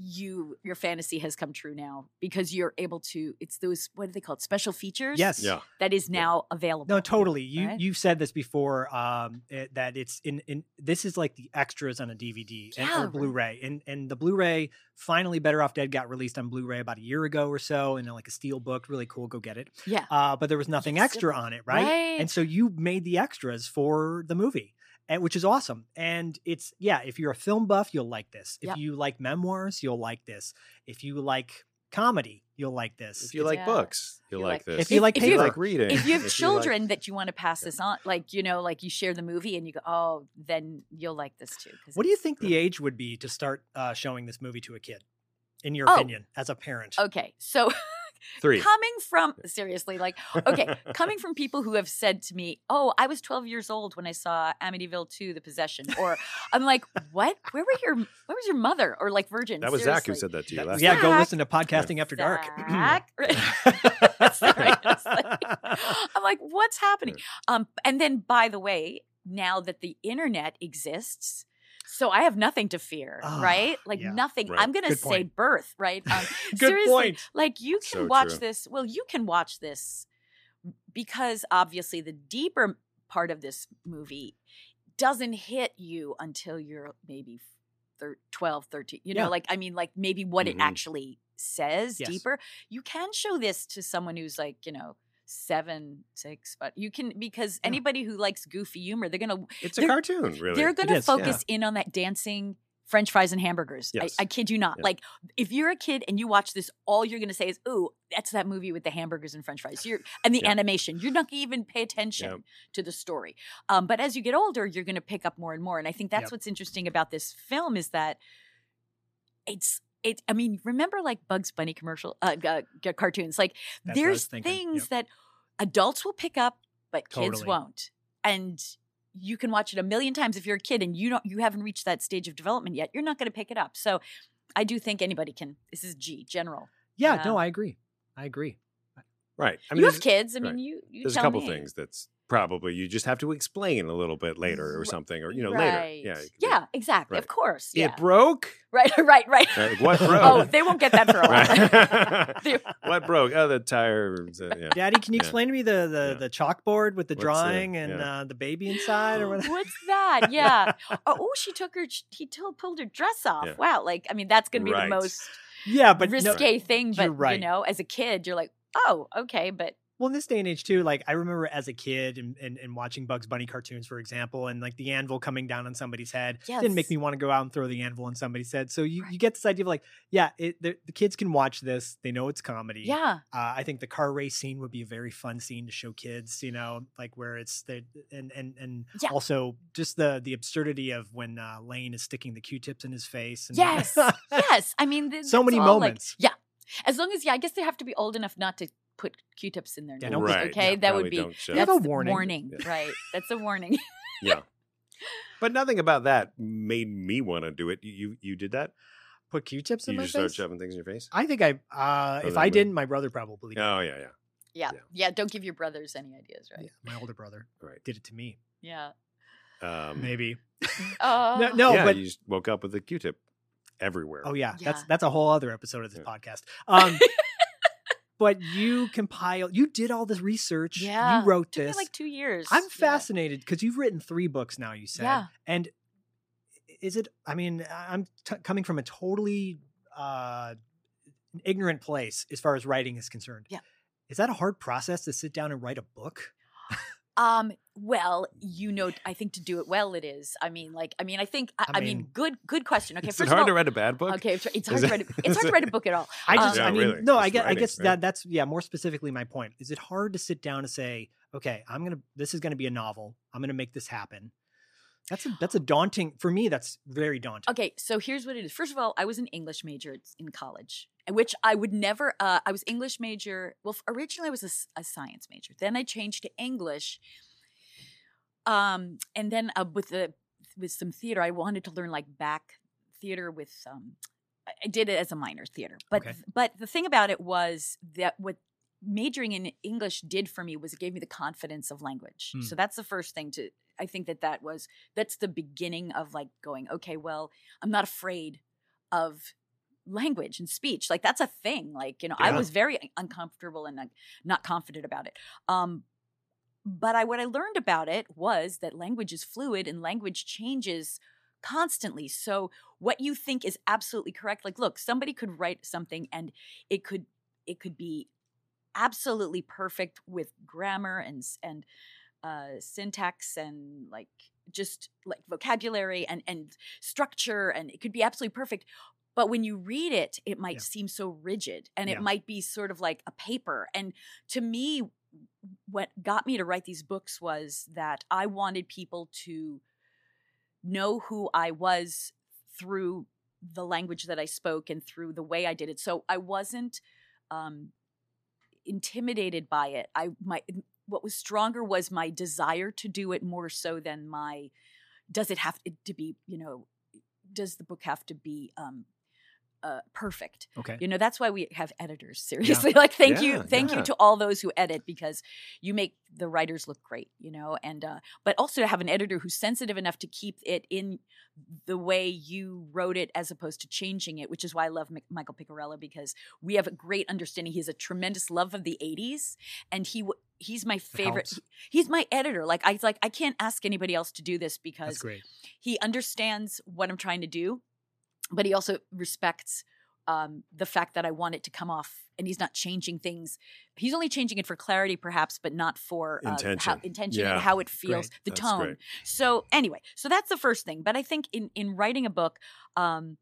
C: you your fantasy has come true now because you're able to. It's those what are they called special features?
F: Yes. Yeah.
C: that is now available.
F: No, totally. You
C: Right?
F: you've said this before um, it- that it's in, in this is like the extras on a DVD and,
C: Yeah,
F: or
C: right.
F: Blu-ray, and and the Blu-ray finally Better Off Dead got released on Blu-ray about a year ago or so, and like a steel book, really cool. Go get it. *laughs*
C: Yeah.
F: Uh, but there was nothing
C: Yes, it-
F: extra on it, right?
C: right.
F: And so you made the extras for the movie. And, which is awesome. And it's, yeah, if you're a film buff, you'll like this. If
C: Yep.
F: you like memoirs, you'll like this. If you like comedy, you'll like this.
D: If you like
C: Yeah.
D: books, you'll like, this.
F: If you like
D: if
F: paper.
D: you like reading,
C: If you
D: *laughs*
C: have
D: like-
C: children that you want to pass this on, like you know, like you share the movie and you go, oh, then you'll like this too. 'cause
F: What do you think the age would be to start uh, showing this movie to a kid, in your
C: Oh.
F: opinion, as a parent?
C: Okay, so *laughs*
F: Three.
C: coming from seriously, like okay, coming from people who have said to me, "Oh, I was 12 years old when I saw Amityville 2: The Possession," or I'm like, "What? Where were your Where was your mother?" Or like Virgin.
D: That was Zach who
C: seriously.
D: said that to you
F: That-
D: last
F: Oh, yeah,
D: time.
F: go listen to podcasting after dark. *clears throat*
C: Zach. *laughs*
F: *laughs*
C: Right. *laughs*
D: *laughs*
C: Seriously. *laughs* I'm like, what's happening?
F: Hmm.
C: Um, and then, by the way, now that the internet exists, so I have nothing to fear,
F: Ah,
C: right? Like
F: yeah.
C: nothing.
F: Right.
C: I'm gonna
F: Good
C: say
F: point.
C: birth, right? Um,
F: Good
C: seriously,
F: point.
C: Like you can
F: So
C: watch
F: true.
C: this. Well, you can watch this because obviously the deeper part of this movie doesn't hit you until you're maybe thir- 12 13 you know
J: Yeah.
C: like i mean like maybe what
J: Mhm.
C: it actually says
J: Yes.
C: deeper you can show this to someone who's like you know seven six but you can because anybody who likes goofy humor they're gonna
D: It's a
C: they're-
D: cartoon, really.
C: they're
D: It
C: gonna
D: is, yeah.
C: focus in on that dancing french fries and hamburgers
D: Yes.
C: I, I kid you not
D: Yeah.
C: like if you're a kid and you watch this all you're gonna say is ooh that's that movie with the hamburgers and french fries you're and the
J: Yeah.
C: animation you're not gonna even pay attention
J: Yep.
C: to the story um, but as you get older you're gonna pick up more and more and i think that's
J: Yep.
C: what's interesting about this film is that it's it i mean remember like bugs bunny commercial uh, uh g- cartoons like
J: That's what I was
C: there's
J: thinking,
C: things
J: yep.
C: that adults will pick up but kids
J: Totally.
C: won't and you can watch it a million times if you're a kid and you don't you haven't reached that stage of development yet you're not going to pick it up so i do think anybody can this is g general
F: Yeah,
C: Uh,
F: no, I agree. I agree.
D: Right. I
C: you have
D: there's-
C: kids i mean
D: right.
C: you, you
D: there's
C: tell
D: a couple
C: me.
D: things that's probably you just have to explain a little bit later or something, or you know
C: right.
D: later. Yeah. you
C: yeah exactly of
D: Right.
C: course
D: can-
C: yeah
D: It broke.
C: right *laughs* right right
D: *laughs* Right, Uh,
F: *laughs*
D: what broke?
C: oh they won't get that for a while *laughs*
D: Right. *laughs* what broke? Oh, the tire. uh, yeah.
F: Daddy, can you
D: Yeah.
F: explain to me the the, the chalkboard with the
D: What's the-
F: drawing and
D: yeah.
F: uh, the baby
C: *gasps*
F: inside or whatever?
C: What's that?
D: *laughs*
C: Yeah. oh, oh, she took her. He till pulled her dress off.
F: Yeah.
C: Wow. Like, I mean, that's going to be
F: Right.
C: the most
F: Yeah, but no-
C: risque thing. But
F: You're right.
C: you know, as a kid, you're like, oh, okay, but
F: Well, in this day and age too, like I remember as a kid and, and, and watching Bugs Bunny cartoons, for example, and like the anvil coming down on somebody's head didn't make
C: Yes.
F: me want to go out and throw the anvil on somebody's head. So you, you get this idea of like, yeah, it, the, the kids can watch this; they know it's comedy. *laughs*
C: Yeah.
F: uh, I think the car race scene would be a very fun scene to show kids. You know, like where it's the and and and
C: Yeah.
F: also just the the absurdity of when uh, Lane is sticking the Q-tips in his face. And
C: yes, yes. I mean, th-
F: So
C: that's
F: many
C: all, like-
F: moments.
C: yeah. As long as yeah, I guess they have to be old enough not to put Q-tips in their
F: Yeah,
C: nose.
F: don't put- Right.
C: Okay,
F: Yeah,
C: that would
D: probably
C: be
D: don't show.
C: that's
D: Have a
C: the
D: warning.
C: right? That's a warning. *laughs*
D: yeah. But nothing about that made me want to do it. You you, you did that.
F: *laughs* Put Q-tips in
D: You
F: my
D: just started
F: face?
D: shoving things in your face.
F: I think I uh,
D: Oh,
F: if
D: that
F: I
D: would-
F: didn't, my brother probably did.
D: Oh yeah yeah.
C: yeah. yeah, Don't give your brothers any ideas, right?
F: my older brother
D: Right.
F: did it to me.
C: Yeah.
D: Um,
F: Maybe. *laughs*
C: Oh.
F: No, no,
D: yeah,
F: but
D: you just woke up with a Q-tip everywhere.
F: oh yeah, that's
C: Yeah.
F: that's a whole other episode of this podcast. Um,
C: *laughs*
F: but you compiled, you did all this research.
C: Yeah.
F: you wrote
C: Took me
F: this.
C: like two years.
F: I'm
C: Yeah.
F: fascinated because you've written three books now. You said,
C: Yeah.
F: and is it? I mean, I- I'm t- coming from a totally uh, ignorant place as far as writing is concerned.
C: Yeah.
F: is that a hard process to sit down and write a book?
C: Um, well, you know, I think to do it well, it is. I mean, like, I mean, I think, I,
F: I
C: I, mean,
F: mean-
C: good, good question. Okay,
D: Is it
C: first
D: hard
C: of all,
D: to write a bad book?
C: Okay, it's it's hard
D: Is
C: to
D: it-
C: write. A, it's hard to write a book at all.
F: I just,
C: Um,
F: I mean,
D: really.
F: no, I
D: Just
F: guess, I
D: writing,
F: guess
D: right?
F: that that's yeah, more specifically my point. Is it hard to sit down and say, okay, I'm gonna this is gonna be a novel. I'm gonna make this happen.
C: *gasps*
F: That's a that's a daunting for me. That's very daunting.
C: Okay, so here's what it is. First of all, I was an English major at- in college, which I would never. Uh, I was English major. Well, f- originally I was a s- a, science major. Then I changed to English. Um, and then uh, with the with some theater, I wanted to learn like back theater with um, I- I did it as a minor theater, but th- but the thing about it was that what majoring in English did for me was it gave me the confidence of language.
J: Hmm.
C: So that's the first thing to I think that that was that's the beginning of like going okay, well I'm not afraid of language and speech like that's a thing like you know i
J: Yeah.
C: was very uncomfortable and like, not confident about it um but I what I learned about it was that language is fluid and language changes constantly. So what you think is absolutely correct. Like, look, somebody could write something and it could it could be absolutely perfect with grammar and s- and uh, syntax and like just like vocabulary and and structure and it could be absolutely perfect but when you read it it might seem so rigid and
J: Yeah.
C: it might be sort of like a paper and to me what got me to write these books was that I wanted people to know who I was through the language that I spoke and through the way I did it. So I wasn't um, intimidated by it. I my what was stronger was my desire to do it more so than my does it have to be you know does the book have to be um, uh, perfect?
J: Okay.
C: you know that's why we have editors. *laughs* Seriously, like thank you,
J: Yeah,
C: thank
J: yeah.
C: you to all those who edit because you make the writers look great, you know, and uh, but also to have an editor who's sensitive enough to keep it in the way you wrote it as opposed to changing it, which is why I love Mi- Michael Picarella because we have a great understanding. He has a tremendous love of the '80s, and he w- he's my favorite.
J: helps.
C: he- he's my editor. Like I like I can't ask anybody else to do this because
J: That's great.
C: he understands what I'm trying to do, but he also respects um, the fact that I want it to come off. And he's not changing things. He's only changing it for clarity, perhaps, but not for uh,
D: Intention.
C: How, intention
D: Yeah.
C: and how it feels,
D: Great.
C: the
D: That's
C: tone.
D: great.
C: So anyway, so that's the first thing. But I think in in writing a book, um,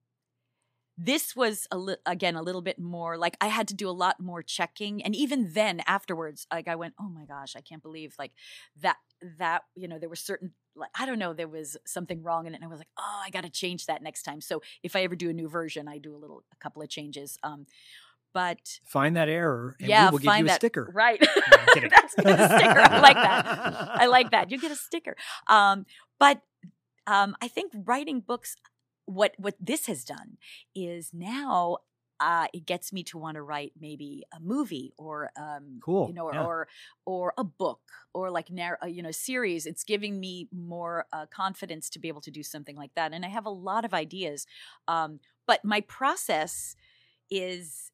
C: this was a li- again a little bit more like I had to do a lot more checking, and even then afterwards, like I went, oh my gosh, I can't believe like that that you know there were certain like I don't know there was something wrong in it, and I was like, oh, I got to change that next time. So if I ever do a new version, I do a little a couple of changes. Um, but
F: Find that error, and
C: yeah,
F: we will give
C: find
F: you a
C: that
F: sticker.
C: right? *laughs* That's a good sticker. I like that. I like
F: *laughs*
C: that. You get a sticker. Um, but um, I think writing books, what what this has done is now. Uh, it gets me to want to write maybe a movie or um,
J: Cool,
C: you know, or,
J: yeah.
C: or or a book or like narr- uh, you know series. It's giving me more uh, confidence to be able to do something like that, and I have a lot of ideas. Um, but my process is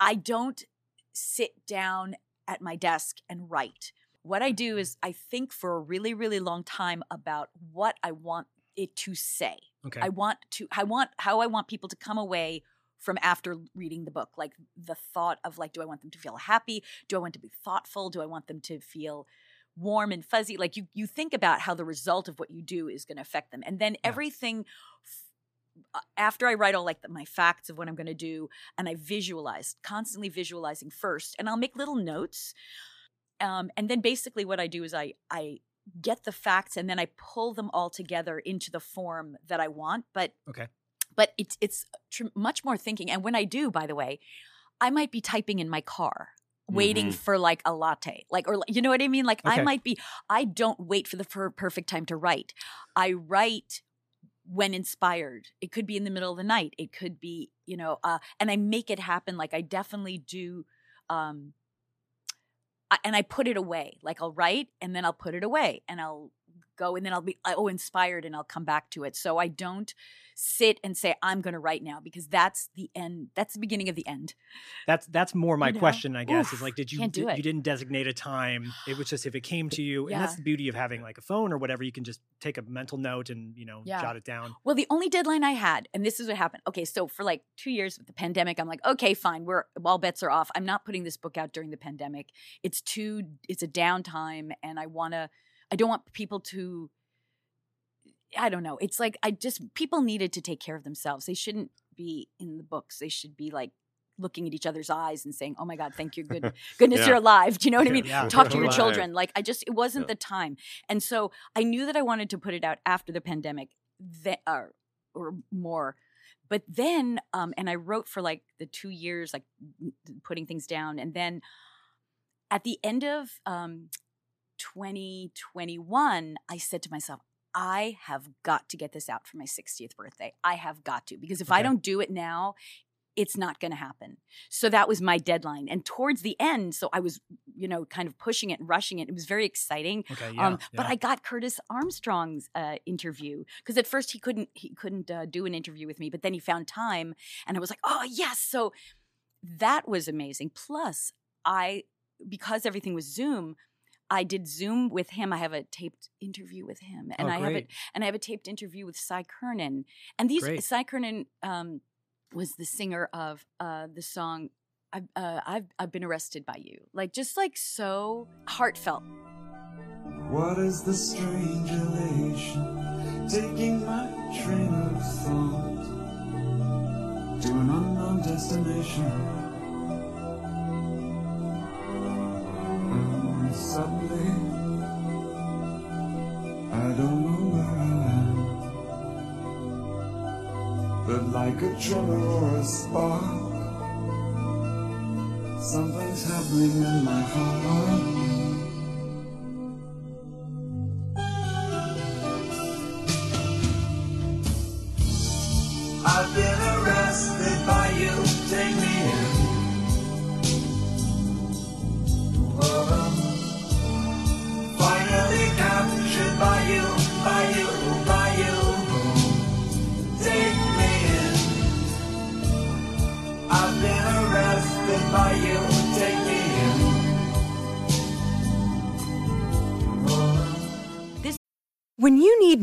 C: I don't sit down at my desk and write. What I
J: Mm-hmm.
C: do is I think for a really, really long time about what I want it to say.
J: Okay.
C: I want to I want how I want people to come away from after reading the book. Like the thought of like, do I want them to feel happy? Do I want to be thoughtful? Do I want them to feel warm and fuzzy? Like you you think about how the result of what you do is going to affect them. And then everything uh, after I write all like the, my facts of what I'm going to do, and I visualize, constantly visualizing first, and I'll make little notes. Um, and then basically, what I do is I I get the facts and then I pull them all together into the form that I want. But
F: Okay.
C: but it's it's tr- much more thinking. And when I do, by the way, I might be typing in my car. Waiting
J: Mhm.
C: for like a latte, like or like- you know what I mean. Like I
J: Okay.
C: might be, I don't wait for the per- perfect time to write. I write when inspired. It could be in the middle of the night. It could be, you know, uh, and I make it happen. Like I definitely do. Um, I, and I put it away. Like I'll write and then I'll put it away and I'll go and then I'll be, oh, inspired and I'll come back to it. So I don't sit and say, I'm going to write now because that's the end. That's the beginning of the end.
F: That's that's more my
C: You know,
F: question, I guess, is
C: oof,
F: like, did you
C: can't do
F: did-
C: it.
F: you didn't designate a time? It was just if it came to you, and that's
C: Yeah.
F: the beauty of having like a phone or whatever, you can just take a mental note and you know
C: Yeah.
F: jot it down.
C: Well, the only deadline I had, and this is what happened. Okay, so for like two years with the pandemic, I'm like, okay, fine, we're all bets are off. I'm not putting this book out during the pandemic. It's too, it's a downtime, and I want to, I don't want people to, I don't know. It's like I just people needed to take care of themselves. They shouldn't be in the books. They should be like looking at each other's eyes and saying, "Oh my God, thank you,
J: *laughs*
C: good goodness
J: Yeah.
C: you're alive." Do you know what I
J: Yeah.
C: mean?
J: Yeah.
C: Talk to your
J: Alive.
C: children. Like I just, it wasn't
J: Yeah.
C: the time, and so I knew that I wanted to put it out after the pandemic, that or or more. But then, um, and I wrote for like the two years, like n- n- putting things down, and then at the end of um, 2021, I said to myself, I have got to get this out for my 60th birthday. I have got to because if I
J: Okay.
C: don't do it now, it's not going to happen. So that was my deadline. And towards the end, so I was, you know, kind of pushing it and rushing it. It was very exciting.
J: Okay, yeah,
C: Um, But
J: yeah.
C: I got Curtis Armstrong's uh, interview because at first he couldn't he couldn't uh, do an interview with me, but then he found time, and I was like, oh yes. So that was amazing. Plus, I because everything was Zoom, I did Zoom with him. I have a taped interview with him, and
J: Oh,
C: I have
J: great.
C: it, and I have a taped interview with Cy Kernan. And these
J: Great.
C: Cy Kernan um, was the singer of uh, the song I've, uh, "I've I've Been Arrested by You," like just like so heartfelt.
Q: What is the strange elation taking my train of thought to an unknown destination? And suddenly, I don't know where I am, but like a tremor or a spark, something's happening in my heart. I've been arrested by you. Take me in. Whoa. Finally captured by you, by you, by you. Take me in. I've been arrested by you. Take me in.
R: When you need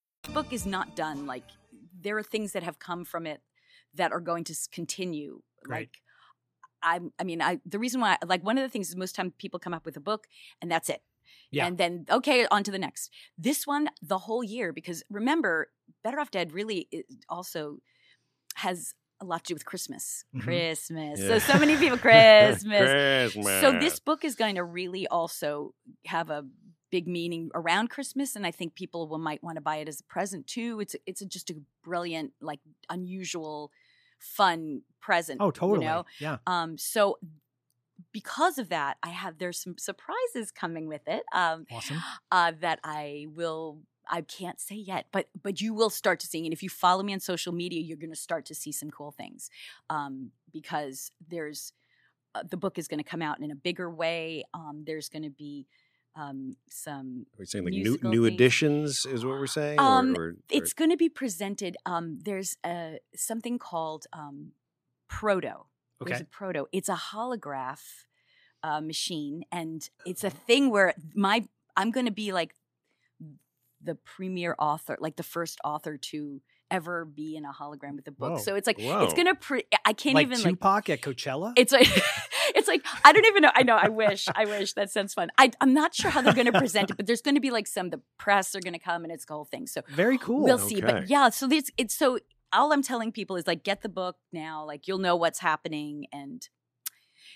C: The book is not done. Like there are things that have come from it that are going to s- continue.
J: Great.
C: Like I'm, I mean, I the reason why like one of the things is most time people come up with a book and that's it.
J: Yeah.
C: And then okay, on to the next. This one the whole year because remember, Better Off Dead really i- also has a lot to do with Christmas.
J: Mhm.
C: Christmas.
J: Yeah.
C: So so
J: *laughs*
C: many
D: *laughs*
C: people Christmas. So
J: Christmas.
C: this book is going to really also have a big meaning around Christmas, and I think people will might want to buy it as a present too. It's it's just a brilliant, like unusual, fun present.
F: Oh, totally.
C: You know?
F: Yeah.
C: Um. So because of that, I have there's some surprises coming with it. Um,
F: Awesome.
C: uh, that I will. I can't say yet, but but you will start to see, and if you follow me on social media, you're going to start to see some cool things, um, because there's uh, the book is going to come out in a bigger way. Um, there's going to be um, some.
D: Are we saying like new
C: musical
D: new
C: things.
D: editions is what we're saying? Or-
C: Um,
D: or- or-
C: it's going to be presented. Um, there's a, something called um, Proto. *sighs* There's
J: Okay.
C: a Proto. It's a holograph uh, machine, and it's
F: Oh.
C: a thing where my I'm going to be like the premier author, like the first author to ever be in a hologram with a book.
F: Whoa.
C: So it's like
F: Whoa.
C: it's going to. Pre- I can't
F: like
C: even like
F: Tupac at Coachella.
C: it's like *laughs* it's like I don't even know. I know. I wish. I wish. That sounds fun. I, I'm not sure how they're going to present it, but there's going to be like some the press are going to come and it's the whole thing. So
F: Very cool.
C: *gasps* We'll see.
F: Okay.
C: But yeah. So there's it's so all I'm telling people is like get the book now. Like you'll know what's happening and.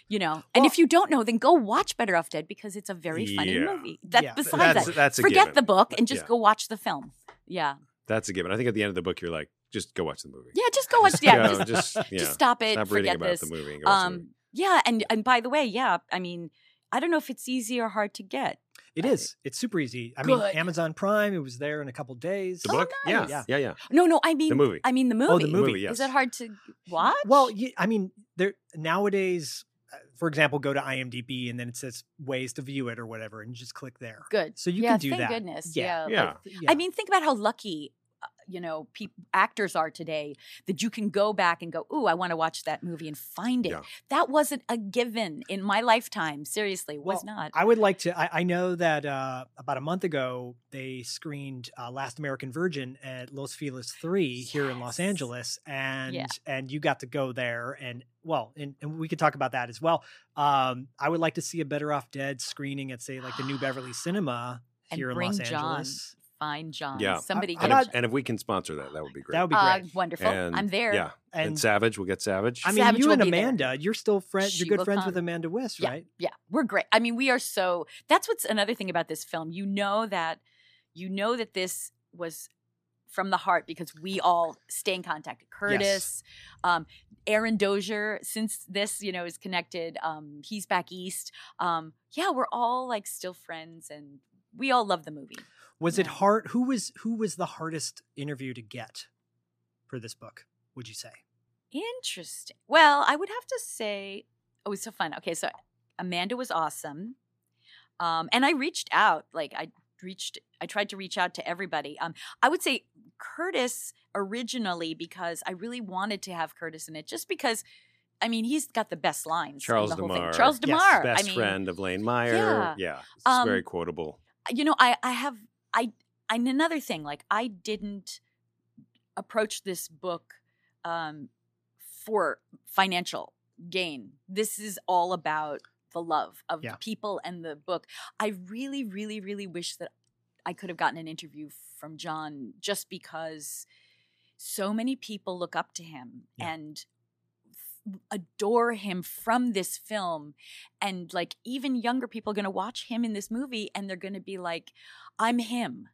C: You know, and if you don't know, then go watch Better Off Dead because it's a very funny
D: Yeah.
C: movie. That
D: Yeah.
C: besides
D: That's-
C: that,
D: that's a
C: forget
D: given.
C: the book and just
D: Yeah.
C: go watch the film. Yeah,
D: That's a given. I think at the end of the book, you're like, just go watch the movie.
C: yeah, just go watch. yeah,
D: go,
C: just, *laughs*
D: just-
C: just,
D: *laughs* yeah.
C: stop it.
D: Stop reading
C: forget
D: about
C: this. Um,
D: the movie and go watch the movie.
C: Yeah, and and by the way, yeah, I mean, I don't know if it's easy or hard to get.
F: It is. It's super easy. I mean,
C: Good.
F: Amazon Prime. It was there in a couple days.
D: The book? Yeah.
F: Yeah.
D: Yeah. Yeah.
C: No, no, I mean
D: movie.
C: I mean the movie.
F: Oh, the movie.
C: Is it hard to watch?
F: Well, you, I mean, there nowadays, uh, for example, go to IMDb and then it says ways to view it or whatever, and you just click there.
C: Good.
F: So you
C: yeah,
F: can do
C: thank
F: that.
C: Goodness.
F: Yeah.
C: Yeah. like,
F: Yeah.
C: I mean, think about how lucky. uh, You know, peop actors are today that you can go back and go, "Ooh, I want to watch that movie and find it."
F: Yeah.
C: That wasn't a given in my lifetime. Seriously, was not.
F: I would like to. I, I know that uh, about a month ago they screened uh, Last American Virgin at Los Feliz Three here in Los Angeles, and and you got to go there, and well, and, and we could talk about that as well. Um,
C: *gasps*
F: I would like to see a Better Off Dead screening at say like the New Beverly Cinema
C: And
F: here in
C: bring
F: Los
C: John.
F: Angeles.
C: Fine John.
D: Yeah.
C: Somebody
D: and,
C: get-
D: if, and if we can sponsor that, that would be great.
F: That would be great.
C: Uh, wonderful. I'm there.
D: Yeah. And,
F: And-
D: Savage, we'll get Savage.
F: I mean,
C: Savage
F: you
C: will
F: and
C: be there.
F: Amanda, you're still friends. You're
C: She
F: good
C: will
F: friends
C: come.
F: with Amanda West,
C: Yeah,
F: right?
C: Yeah, we're great. I mean, we are so. That's what's another thing about this film. You know that, you know that this was from the heart because we all stay in contact. Curtis, um, Aaron Dozier, since this you know is connected, um, he's back east. Um, yeah, we're all like still friends, and we all love the movie.
F: Was it hard? Who was who was the hardest interview to get for this book? Would you say?
C: Interesting. Well, I would have to say it was so fun. Okay, so Amanda was awesome. Um, and I reached out, like I reached I tried to reach out to everybody. Um, I would say Curtis originally because I really wanted to have Curtis in it just because I mean, he's got the best lines. in
D: Charles
C: the whole thing.
D: DeMar.
C: Charles DeMar.
D: Best
C: I mean,
D: friend of Lane Meyer.
C: Yeah.
D: Yeah. It's
C: Um,
D: very quotable.
C: you know i i have i and another thing like i didn't approach this book um for financial gain this is all about the love of
F: Yeah.
C: the people and the book i really really really wish that i could have gotten an interview from john just because so many people look up to him and f- adore him from this film and like even younger people are going to watch him in this movie and they're going to be like i'm him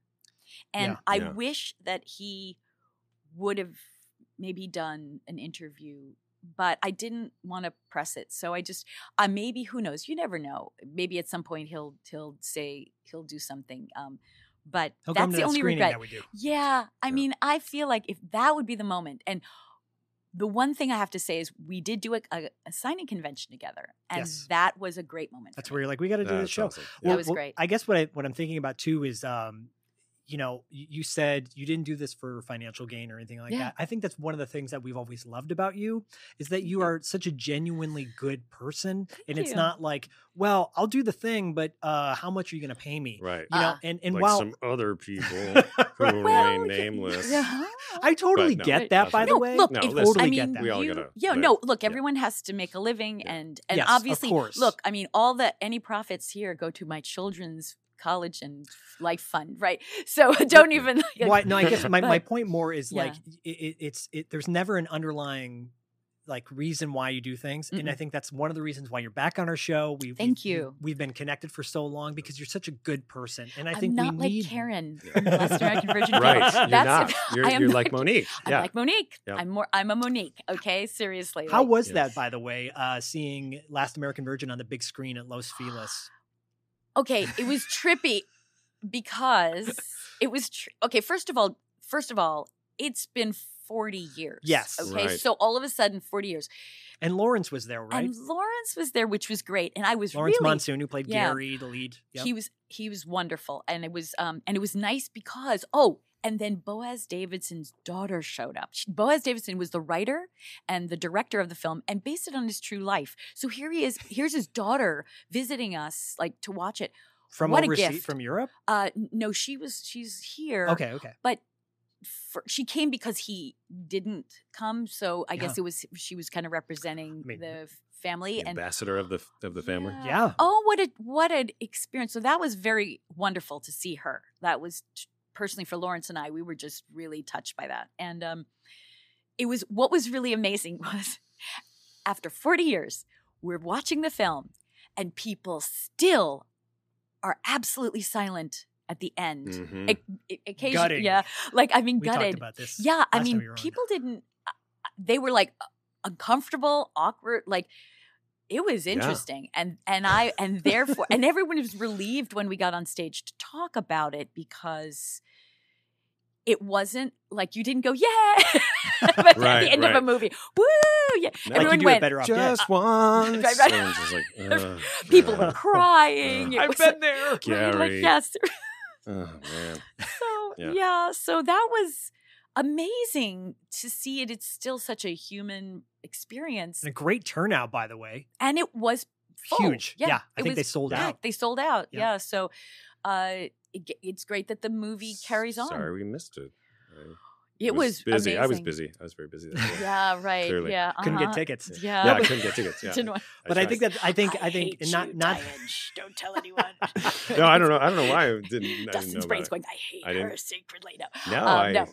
C: and
J: Yeah.
C: i
J: Yeah.
C: wish that he would have maybe done an interview but i didn't want to press it so i just uh, maybe who knows you never know maybe at some point he'll he'll say he'll do something um but
F: He'll come
C: that's
F: to
C: the
F: that
C: only
F: screening
C: regret
F: that we do.
C: yeah i mean i feel like if that would be the moment and the one thing I have to say is we did do a, a, a signing convention together, and
F: Yes.
C: that was a great moment.
F: That's where you're like, we got to do this
C: That's
F: show.
C: awesome. That was great.
F: I guess what I what I'm thinking about too is, um, you know, y- you said you didn't do this for financial gain or anything like
C: Yeah.
F: that. I think that's one of the things that we've always loved about you is that you are such a genuinely good person, and
C: Mm-hmm.
F: it's
C: you.
F: not like, well, I'll do the thing, but uh, how much are you going to pay me?
D: Right.
F: You know,
C: Ah.
F: and and
D: like
F: while
D: some
F: *laughs*
D: other people who
C: *laughs*
D: remain nameless.
F: I totally
D: no,
F: get
D: it
F: that, by
D: doesn't.
F: the
C: no,
F: way.
C: Look,
D: No,
C: it-
D: listen,
C: I
D: we
C: mean,
D: get that. We all
C: you-
D: gotta-
C: yeah, no, look, everyone has to make a living, and and
F: Yes, of
C: obviously,
F: course.
C: look, I mean, all the any profits here go to my children's college and life fund, right? *laughs* So don't even. like-
F: Mm-hmm. Why? No,
C: *laughs*
F: I guess my, my
C: but-
F: point more is
C: Yeah.
F: like it, it, it's it, there's never an underlying like reason why you do things, and I
C: Mm-mm.
F: think that's one of the reasons why you're back on our show. We
C: Thank
F: we- we-
C: you.
F: We've been connected for so long because you're such a good person, and I
C: I'm
F: think
C: not
F: we
C: like
F: need *laughs*
C: Karen from the Last American Virgin.
D: Right,
C: Girls.
D: you're
C: That's- *laughs*
D: not. You're-
C: I am
D: you're
C: not-
D: like Monique.
C: I'm
D: Yeah.
C: like Monique.
D: Yeah.
C: I'm more. I'm a Monique. Okay, seriously.
F: How
C: like-
F: was that, by the way? Uh, seeing Last American Virgin on the big screen at Los Feliz.
C: okay it
F: *laughs*
C: was trippy because it was tr- okay first of all first of all it's been 40 years
F: Yes.
C: okay
F: Right.
C: so all of a sudden 40 years
F: And Lawrence was there, right?
C: and lawrence was there which was great and i was
F: Lawrence
C: really
F: Monsoon, who played
C: Yeah.
F: Gary, the lead. Yep.
C: he was he was wonderful and it was um and it was nice because oh and then Boaz Davidson's daughter showed up. She- Boaz Davidson was the writer and the director of the film and based it on his true life. So here he is, here's his daughter visiting us like to watch it.
F: from
C: what
F: overseas,
C: a gift.
F: from Europe.
C: Uh, n- no, she was. She's here.
F: Okay, okay.
C: But for, she came because he didn't come. So I guess
D: Yeah.
C: it was she was kind of representing
D: mean,
C: the f- family and.
D: Ambassador of the of the family.
F: Yeah.
C: Oh, what a what an experience! So that was very wonderful to see her. That was t- personally for Lawrence and I. We were just really touched by that, and um, it was what was really amazing *laughs* was after 40 years, we're watching the film, and people still are absolutely silent at the end.
D: Mm-hmm.
J: Mhm.
C: Occasionally,
J: Gutting.
C: yeah, like I mean,
J: We talked
C: gutted.
J: about this
C: yeah, I
J: last time
C: mean,
J: you were on.
C: people didn't. uh, They were like uncomfortable, awkward, like it was
J: Yeah.
C: interesting and and i and therefore and everyone was relieved when we got on stage to talk about it because it wasn't like you didn't go yeah *laughs* but at
D: Right,
C: the end
D: right.
C: of a movie woo yeah
D: No.
C: everyone went
D: Just
C: "Uh,
D: once.
C: right, right.
D: And it's just
C: *laughs*
D: like, "Ugh,
C: people
D: God.
C: were
F: *laughs*
C: crying
D: Ugh.
C: i've been there like
D: Gary.
C: yes
D: Oh man.
C: so yeah.
D: Yeah.
C: so that was amazing to see it it's still such a human experience
F: And a great turnout, by the way.
C: and it was full.
F: Huge. Oh, Yeah, I
C: it
F: think they sold
C: packed.
F: out.
C: They sold out.
F: Yeah.
C: Yeah, so uh, it, g- it's great that the movie carries on.
D: Sorry we missed it.
C: It was
D: busy. I was
C: amazing.
D: busy. I was very busy. that day.
C: Yeah, right.
D: Clearly.
C: Yeah.
D: Couldn't
F: Uh,
D: get
C: uh-huh.
D: tickets.
C: Yeah.
D: Yeah, I couldn't get tickets, yeah.
C: *laughs* Didn't want-
F: But I, think that I think I, think
C: hate
F: not
C: you,
F: not
C: Diane. Shh, don't tell anyone.
D: no, *laughs* I don't know. I don't
C: *laughs*
D: know why I didn't. I didn't know
C: Dustin's
D: about
C: brain's
D: it.
C: going. I hate
D: I didn't-
C: her secretly. No.
D: No,
C: Um,
D: I
C: no.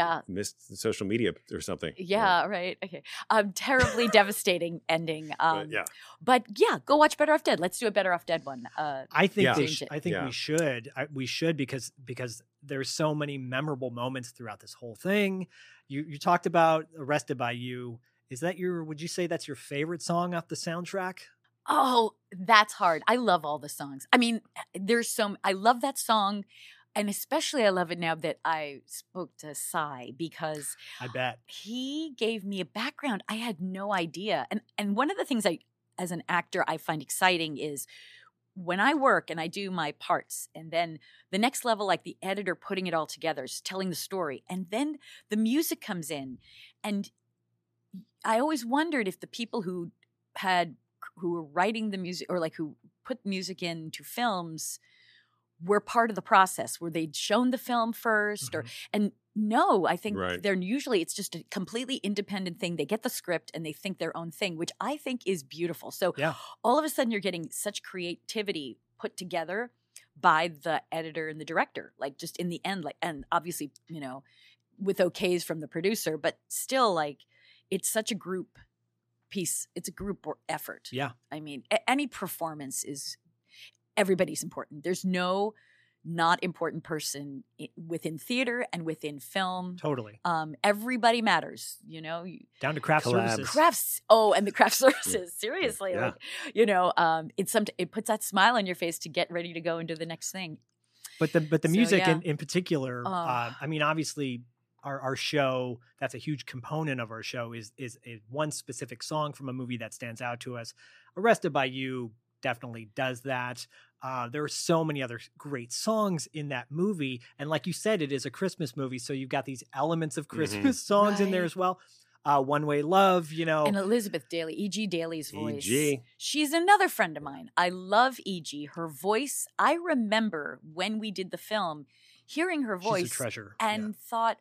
C: Yeah.
D: missed the social media or something.
C: Yeah, right. Okay. Um,
D: *laughs*
C: terribly devastating ending. Um,
D: yeah.
C: But yeah, go watch Better Off Dead. Let's do a Better Off Dead one. Uh,
F: *laughs* I think
C: change
F: they sh-
C: it.
F: I think
C: Yeah.
F: we should I, we should because because there's so many memorable moments throughout this whole thing. You you talked about Arrested by You. Is that your would you say that's your favorite song off the soundtrack?
C: Oh, that's hard. I love all the songs. I mean, eh, there's so I love that song, and especially I love it now that I spoke to Psy because
F: I bet.
C: he gave me a background I had no idea. And and one of the things I as an actor I find exciting is when I work and I do my parts and then the next level like the editor putting it all together, is telling the story and then the music comes in and I always wondered if the people who had who were writing the music or like who put music into films were part of the process where they'd shown the film 1st or
F: Mm-hmm.
C: and no i think
D: Right.
C: they're usually it's just a completely independent thing they get the script and they think their own thing which i think is beautiful so
F: Yeah.
C: all of a sudden you're getting such creativity put together by the editor and the director like just in the end like and obviously you know with okays from the producer but still like it's such a group piece it's a group or effort
F: Yeah.
C: i mean a- any performance is everybody's important there's no not important person i- within theater and within film
F: Totally.
C: um everybody matters you know You-
F: Down to craft
C: Collabs.
F: services.
C: crafts oh and the craft *laughs* services seriously
F: Yeah.
C: like you know um it's some it puts that smile on your face to get ready to go into the next thing
F: But the but the
C: So,
F: music
C: yeah.
F: in, in particular,
C: Oh.
F: uh, I mean, obviously, our our show that's a huge component of our show is is, is one specific song from a movie that stands out to us. Arrested by You definitely does that. Uh, there are so many other great songs in that movie, and like you said, it is a Christmas movie, so you've got these elements of Christmas *laughs* songs in there
C: Right.
F: as well. Uh, One Way Love, you know,
C: and elizabeth daly eg daly's
F: E
C: voice
F: E.G..
C: she's another friend of mine i love eg her voice i remember when we did the film hearing her
F: She's a
C: voice
F: treasure, yeah.
C: and thought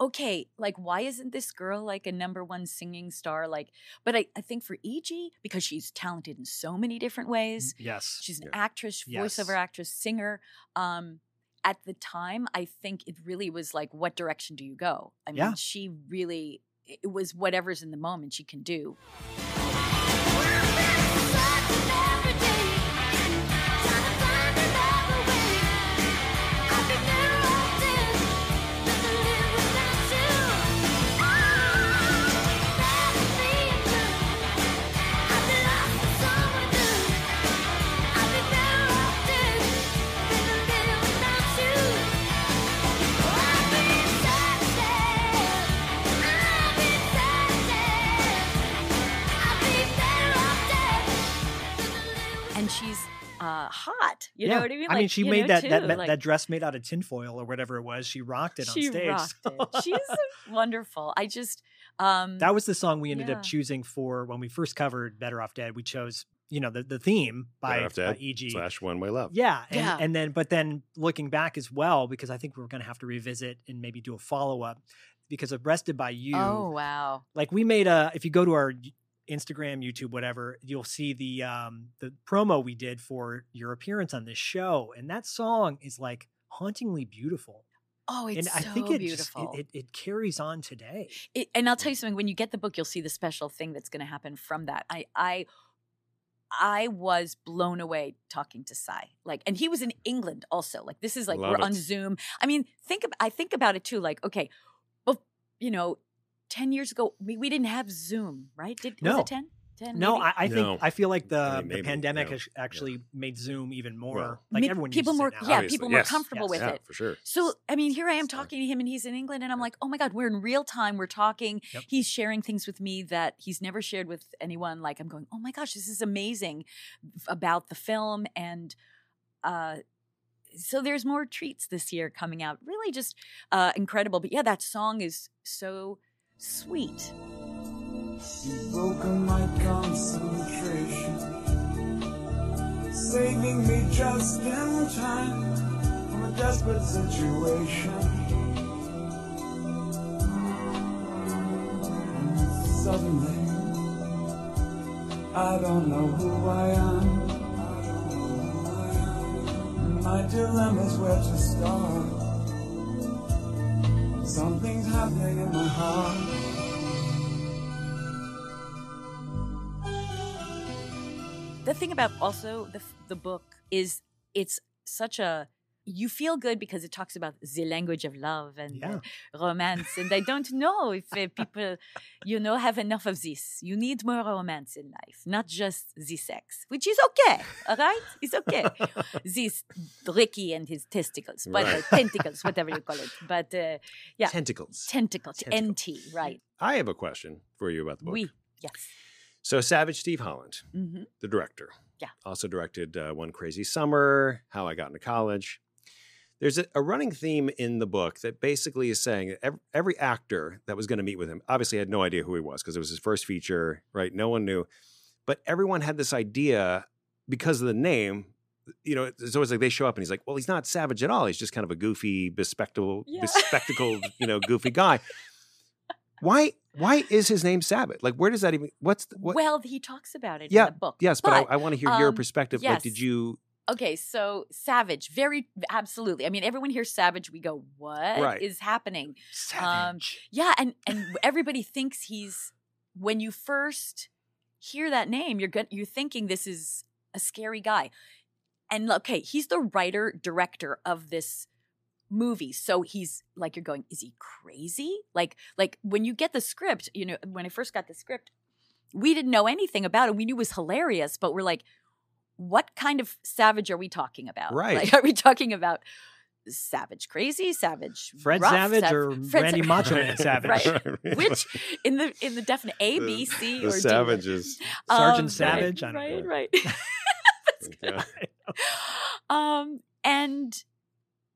C: okay like why isn't this girl like a number one singing star like but i, I think for eg because she's talented in so many different ways
F: yes,
C: She's an actress,
F: Mm, Yes.
C: voiceover actress, singer. Um, at the time, I think it really was like, what direction do you go? I mean,
F: Yeah.
C: she really, it was whatever's in the moment she can do. And she's uh, hot. You know what I mean?
F: I mean,
C: Like,
F: she
C: you
F: made
C: know,
F: that that
C: too,
F: that,
C: like-
F: that dress made out of tinfoil or whatever it was. She rocked it on
C: she
F: stage. *laughs*
C: rocked it. She's wonderful. I just, um,
F: that was the song we ended
C: yeah.
F: up choosing for when we first covered Better Off Dead. We chose, you know, the, the theme by,
D: Better Off Dead
F: by E.G.
D: slash One Way Love.
F: Yeah and,
C: Yeah.
F: and then, but then looking back as well, because I think we're going to have to revisit and maybe do a follow up because Arrested by You,
C: Oh, wow.
F: like we made a, if you go to our y- Instagram, YouTube, whatever, you'll see the, um, the promo we did for your appearance on this show. And that song is like hauntingly beautiful.
C: Oh, it's
F: and I
C: so
F: think it, just,
C: beautiful.
F: it, it, it carries on today.
C: it, and I'll tell you something. When you get the book, you'll see the special thing that's going to happen from that. I, I, I was blown away talking to Sai. Like, and he was in England also. Like, this is like
S: Love
C: we're
S: it.
C: on Zoom. I mean, think. Of, I think about it too. Like, okay, well, you know, ten years ago, we, we didn't have Zoom, right? Did was
F: No.
C: it 10? 10
F: No,
C: maybe?
F: I, I think
D: No.
F: I feel like the,
D: I mean,
F: the
D: maybe,
F: pandemic
D: yeah,
F: has actually made Zoom even more like
C: Ma-
F: everyone
C: people
F: uses
C: more,
F: it now.
C: yeah, people more comfortable with
D: Yeah,
C: it
D: for sure.
C: So I mean, here I am talking to him, and he's in England, and I'm like, oh my god, we're in real time. We're talking.
F: Yep.
C: He's sharing things with me that he's never shared with anyone. Like I'm going, oh my gosh, this is amazing f- about the film, and uh, so there's more treats this year coming out. Really, just uh, incredible. But yeah, that song is so sweet.
Q: You broken my concentration, saving me just in time from a desperate situation. suddenly. I don't know who I am. My dilemma's where to start. Something's happening in my heart.
C: The thing about also the, f- the book is it's such a you feel good because it talks about the language of love and uh, romance and i don't know if
D: *laughs*
C: uh, people you know have enough of this you need more romance in life not just the sex which is okay all right it's
D: *laughs*
C: okay this ricky and his testicles but
D: Right.
C: uh, tentacles whatever you call it but uh, yeah
D: Tentacles.
C: tentacles nt
D: Tentacles.
C: right
D: I have a question for you about the book.
C: we yes
D: So Savage Steve Holland,
C: Mhm.
D: the director.
C: Yeah.
D: Also directed uh, One Crazy Summer, How I Got into College. There's a, a running theme in the book that basically is saying that ev- every actor that was going to meet with him obviously had no idea who he was because it was his first feature, right? No one knew. But everyone had this idea because of the name. You know, it's always like they show up and he's like, well, he's not Savage at all. He's just kind of a goofy, bespectacled, bespectacled you know, goofy guy. Why? Why is his name Savage? Like, where does that even? What's the, what?
C: well he talks about it
D: yeah,
C: in the book
D: Yes, but, I, I want to hear your
C: um,
D: perspective. Like,
C: yes.
D: did you?
C: Okay, so savage, very absolutely. I mean, everyone hears savage, we go, "What is
D: Right.
C: happening?" Savage. *laughs* Um, yeah, and and everybody thinks he's when you first hear that name, you're gon- you're thinking this is a scary guy, and okay, he's the writer director of this movie, so he's like, you're going, "Is he crazy?" Like like when you get the script, you know, when I first got the script, we didn't know anything about it. We knew it was hilarious, but we're like, what kind of savage are we talking about?
F: Right.
C: Like, *laughs* are we talking about savage crazy, savage
F: Fred
C: rough,
F: Savage
C: sav-
F: or
C: Fred
F: Randy
C: Sav-
F: Macho
D: *laughs*
F: Man Savage?
C: Right. Which in the in the definite A, B,
D: *laughs*
C: C, or D.
D: savages.
C: Um,
F: Sergeant
C: right,
F: Savage. I don't
C: Right,
F: know.
C: right. *laughs* um, and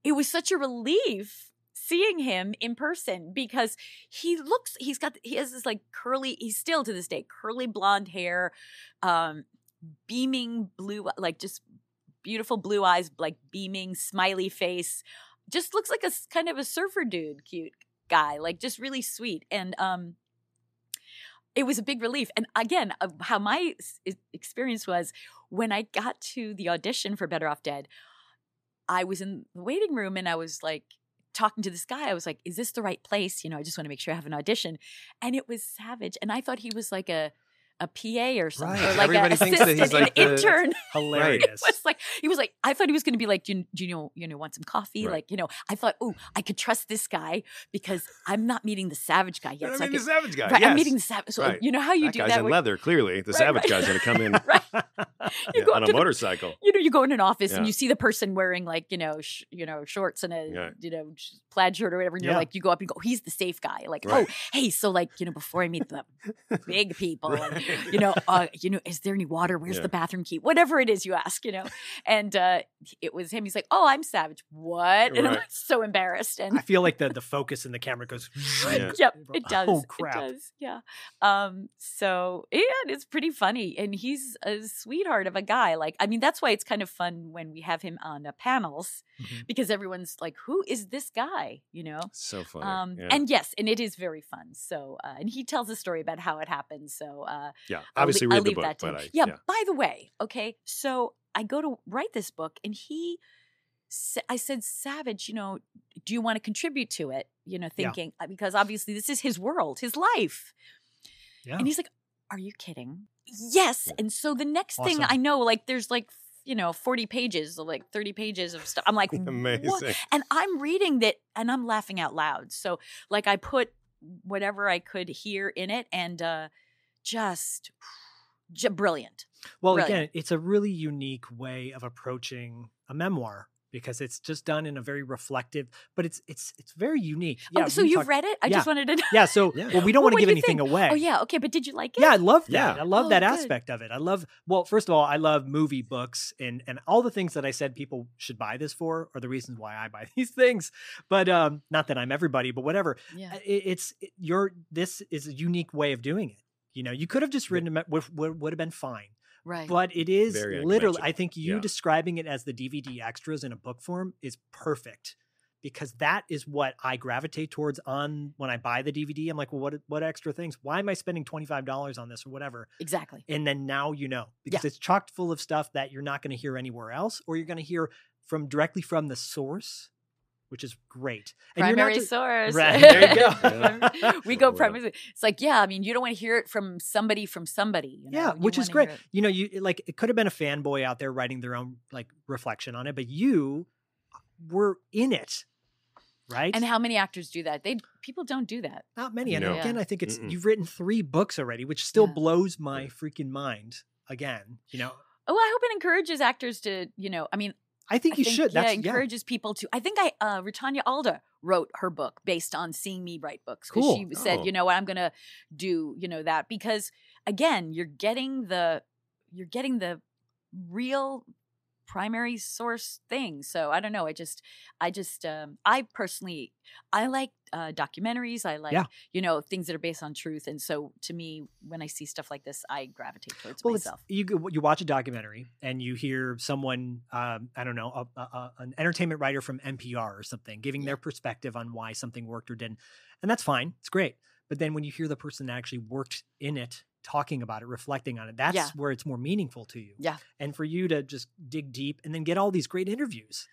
C: it was such a relief seeing him in person because he looks he's got he has this like curly he's still to this day curly blonde hair um beaming blue like just beautiful blue eyes like beaming smiley face just looks like a s- kind of a surfer dude cute guy like just really sweet and um it was a big relief. And again, uh, how my s- e- experience was when I got to the audition for Better Off Dead, I was in the waiting room and I was like talking to this guy. I was like, is this the right place? You know, I just want to make sure I have an audition. And it was Savage. And I thought he was like a, a PA or something, or like
D: Everybody
C: a
D: thinks that he's
C: assistant,
D: like
C: an
D: the-
C: intern.
D: Hilarious.
C: *laughs* It was like he was like, I thought he was going to be like, do you, do you know, you know, want some coffee?
D: Right.
C: Like, you know, I thought, oh, I could trust this guy because I'm not meeting the savage guy yet.
D: I
C: so I
D: mean, the
C: could-
D: savage guy.
C: Right,
D: yes.
C: I'm meeting the savage. So
D: Right.
C: you know how you
D: that
C: do
D: guy's
C: that.
D: in
C: where-
D: leather. Clearly, the
C: Right,
D: savage
C: right.
D: guy's going to come in
C: You
D: yeah,
C: go up
D: on a
C: to the-
D: motorcycle.
C: you know, you go in an office and
D: Yeah.
C: you see the person wearing like you know, sh- you know, shorts and a
D: Right.
C: you know sh- plaid shirt or whatever, and you're
D: Yeah.
C: like, you go up and go, he's the safe guy. Like,
D: Right.
C: oh, hey, so like you know, before I meet the big
D: *laughs*
C: people, and, you
F: *laughs*
C: know, uh, you know, is there any water? Where's
D: Yeah.
C: the bathroom key? Whatever it is you ask, you know. And uh, it was him. He's like, oh, I'm savage. What? And I'm
F: Right.
C: so embarrassed. And
F: I feel like the the focus in the camera goes.
C: *laughs* *gasps* Yep, it
F: *laughs*
C: does.
F: Oh crap!
C: It does. Yeah. Um. So yeah, it's pretty funny, and he's a sweetheart of a guy. Like, I mean, that's why it's kind of fun when we have him on uh, panels, because everyone's like, "Who is this guy?" You know.
D: So funny.
C: Um.
D: yeah.
C: And yes, and it is very fun. So, uh, and he tells a story about how it happened. So. Uh,
D: yeah,
C: I'll
D: obviously
C: lea- I'll
D: read the
C: leave
D: book,
C: that to
D: but
C: him.
D: I,
C: yeah, By the way, okay, so I go to write this book, and he, sa- I said, Savage, you know, do you want to contribute to it? You know,
F: Yeah.
C: thinking uh, because obviously this is his world, his life,
F: Yeah.
C: and he's like, Are you kidding? Yes. And so the next thing
F: Awesome.
C: I know, like, there's like. You know, 40 pages, like 30 pages of stuff. I'm like, "What?"
D: *laughs* Amazing.
C: And I'm reading that and I'm laughing out loud. So, like, I put whatever I could hear in it and uh, just *sighs* j- brilliant.
F: Well,
C: Brilliant.
F: again, it's a really unique way of approaching a memoir because it's just done in a very reflective, but it's it's it's very unique.
C: Oh, so
F: we
C: you've
F: talked-
C: read it? I just
F: *laughs*
C: wanted to know.
F: Yeah. So well, we don't
C: Well,
F: want
C: what
F: to give
C: do you
F: anything
C: think?
F: away.
C: Oh yeah, okay, but did you like it?
F: Yeah, I love that.
C: Yeah.
F: I love
C: Oh,
F: that
C: good.
F: aspect of it. I love well, first of all, I love movie books and and all the things that I said people should buy this for are the reasons why I buy *laughs* these things. But um not that I'm everybody, but whatever.
C: Yeah.
F: I- It, it's it, your this is a unique way of doing it. You know, you could have just written it would, would, would have been fine.
C: Right.
F: But it is
D: Very
F: literally
D: unconventional.
F: I think you
D: Yeah.
F: describing it as the DVD extras in a book form is perfect because that is what I gravitate towards on when I buy the DVD. I'm like, well, what what extra things? Why am I spending twenty five dollars on this or whatever?
C: Exactly.
F: And then now you know because it's chocked full of stuff that you're not going to hear anywhere else, or you're going to hear from directly from the source, which is great. you're not
C: primary
F: just-
C: source. *laughs*
F: Right, there you *laughs* go.
C: we go primary. It's like, yeah, I mean, you don't want to hear it from somebody from somebody. You know?
F: yeah,
C: You
F: which is
C: wanna
F: great.
C: hear
F: You know, you like it could have been a fanboy out there writing their own like reflection on it, but you uh, were in it, right?
C: it. And how many actors do that? They people don't do that.
F: Not many. And
C: No.
F: again,
C: Yeah.
F: I think it's
C: Mm-mm.
F: you've written three books already, which still blows my freaking mind. Again, you know,
C: Oh, I hope it encourages actors to, you know, I mean,
F: I think you should.
C: Yeah,
F: That's- yeah.
C: encourages people to. I think I, uh, Ritanya Alda wrote her book based on seeing me write books. 'cause
F: Cool.
C: She said,
F: Oh.
C: you know what, I'm going to do, you know, that because again, you're getting the, you're getting the real primary source thing. So I don't know. I just, I just, um, I personally, I like uh, documentaries. I like,
F: Yeah.
C: you know, things that are based on truth. And so to me, when I see stuff like this, I gravitate towards
F: well, it's,
C: myself.
F: you go- you watch a documentary and you hear someone, um, I don't know, a, a, a- an entertainment writer from NPR or something, giving their perspective on why something worked or didn't, and that's fine, it's great. But then when you hear the person that actually worked in it talking about it, reflecting on it, that's
C: Yeah.
F: where it's more meaningful to you.
C: Yeah.
F: and for you to just dig deep and then get all these great interviews,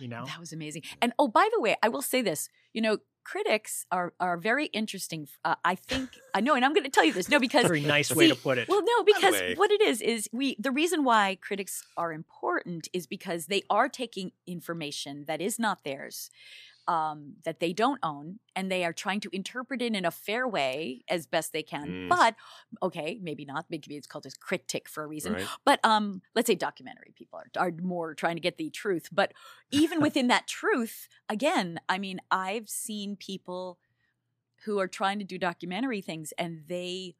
F: you know,
C: That was amazing. And oh, by the way, I will say this. You know, critics are are very interesting. Uh, I
F: *laughs*
C: think I know, and I'm going to tell you this. No, because
F: Very nice way to
C: see,
F: put it.
C: Well, no,
F: By the
C: because
F: way.
C: what it is is we the reason why critics are important is because they are taking information that is not theirs. Um, that they don't own, and they are trying to interpret it in a fair way as best they can.
J: Mm.
C: But okay, maybe not. Maybe it's called a critic for a reason.
J: Right.
C: But um, let's say documentary people are, are more trying to get the truth. But even within that truth, again, I mean, I've seen people who are trying to do documentary things, and they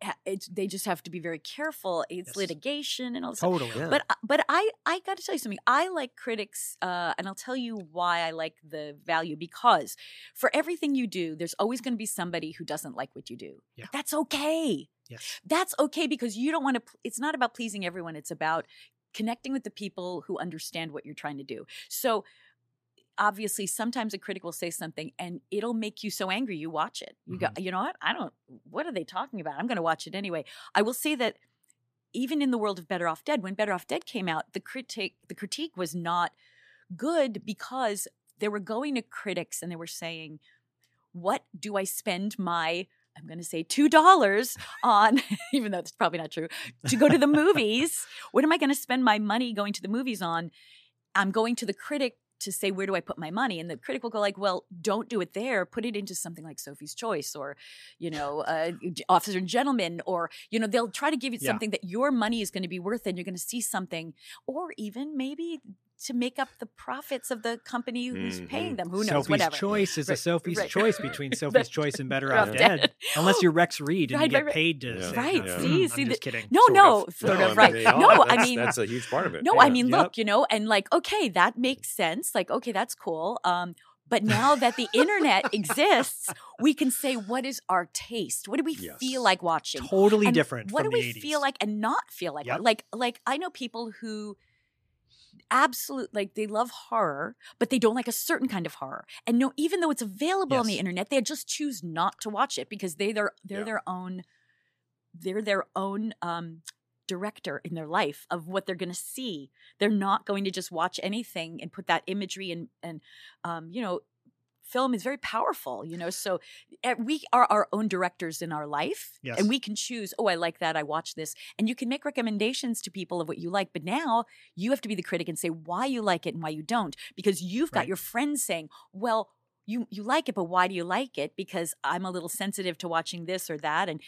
C: ha- it's, they just have to be very careful. It's litigation and all this stuff.
J: Totally, yeah.
C: But I- but I I got to tell you something. I like critics, uh, and I'll tell you why I like the value because for everything you do, there's always going to be somebody who doesn't like what you do. That's okay.
F: Yes.
C: That's okay because you don't want to. Pl- it's not about pleasing everyone. It's about connecting with the people who understand what you're trying to do. So obviously sometimes a critic will say something and it'll make you so angry you watch it you go you know what i don't what are they talking about i'm going to watch it anyway i will say that even in the world of better off dead when better off dead came out the critique the critique was not good because they were going to critics and they were saying what do i spend my i'm going to say two dollars on *laughs* even though that's probably not true to go to the movies what am i going to spend my money going to the movies on I'm going to the critic to say where do I put my money, and the critic will go like, "Well, don't do it there. Put it into something like Sophie's Choice or, you know, uh, G- Officer and Gentleman, or you know, they'll try to give you
J: Yeah.
C: something that your money is going to be worth, and you're going to see something, or even maybe." To make up the profits of the company who's paying them, who knows?
F: Sophie's
C: whatever.
F: Choice is a
C: Right,
F: Sophie's
C: right. *laughs*
F: Choice between
C: That's-
F: Sophie's Choice and
C: *laughs*
F: Better Off
C: Off
F: Dead.
C: Dead. *gasps*
F: Unless you're Rex Reed and
C: Right,
F: you
C: right,
F: get
C: right.
F: paid to.
C: Yeah.
F: say
C: Right,
F: that.
C: see,
F: *laughs* I'm
C: see
F: just
C: the-
F: kidding.
C: no,
F: Sort
C: no,
F: of.
C: sort of, right. No, I
D: that's-
C: mean-
D: that's a huge part of it.
C: No,
D: Yeah.
C: I mean, look, you know, and like, okay, that makes sense. Like, okay, that's cool. Um, but now that the internet exists, we can say what is our taste? What do we
F: Yes.
C: feel like watching?
F: Totally
C: And
F: different
C: What
F: from
C: do
F: the
C: we feel like and not feel like?
F: Yep.
C: Like, like I know people who absolute like they love horror, but they don't like a certain kind of horror. And no, even though it's available on the
J: Yes.
C: internet, they just choose not to watch it because they their they're
J: Yeah.
C: their own they're their own um, director in their life of what they're going to see. They're not going to just watch anything and put that imagery and and um, you know, film is very powerful. You know, so eh, we are our own directors in our life,
J: Yes.
C: and we can choose. Oh, I like that. I watch this, and you can make recommendations to people of what you like. But now you have to be the critic and say why you like it and why you don't, because you've got
J: Right.
C: your friends saying, well. You, you like it, but why do you like it? Because I'm a little sensitive to watching this or that. And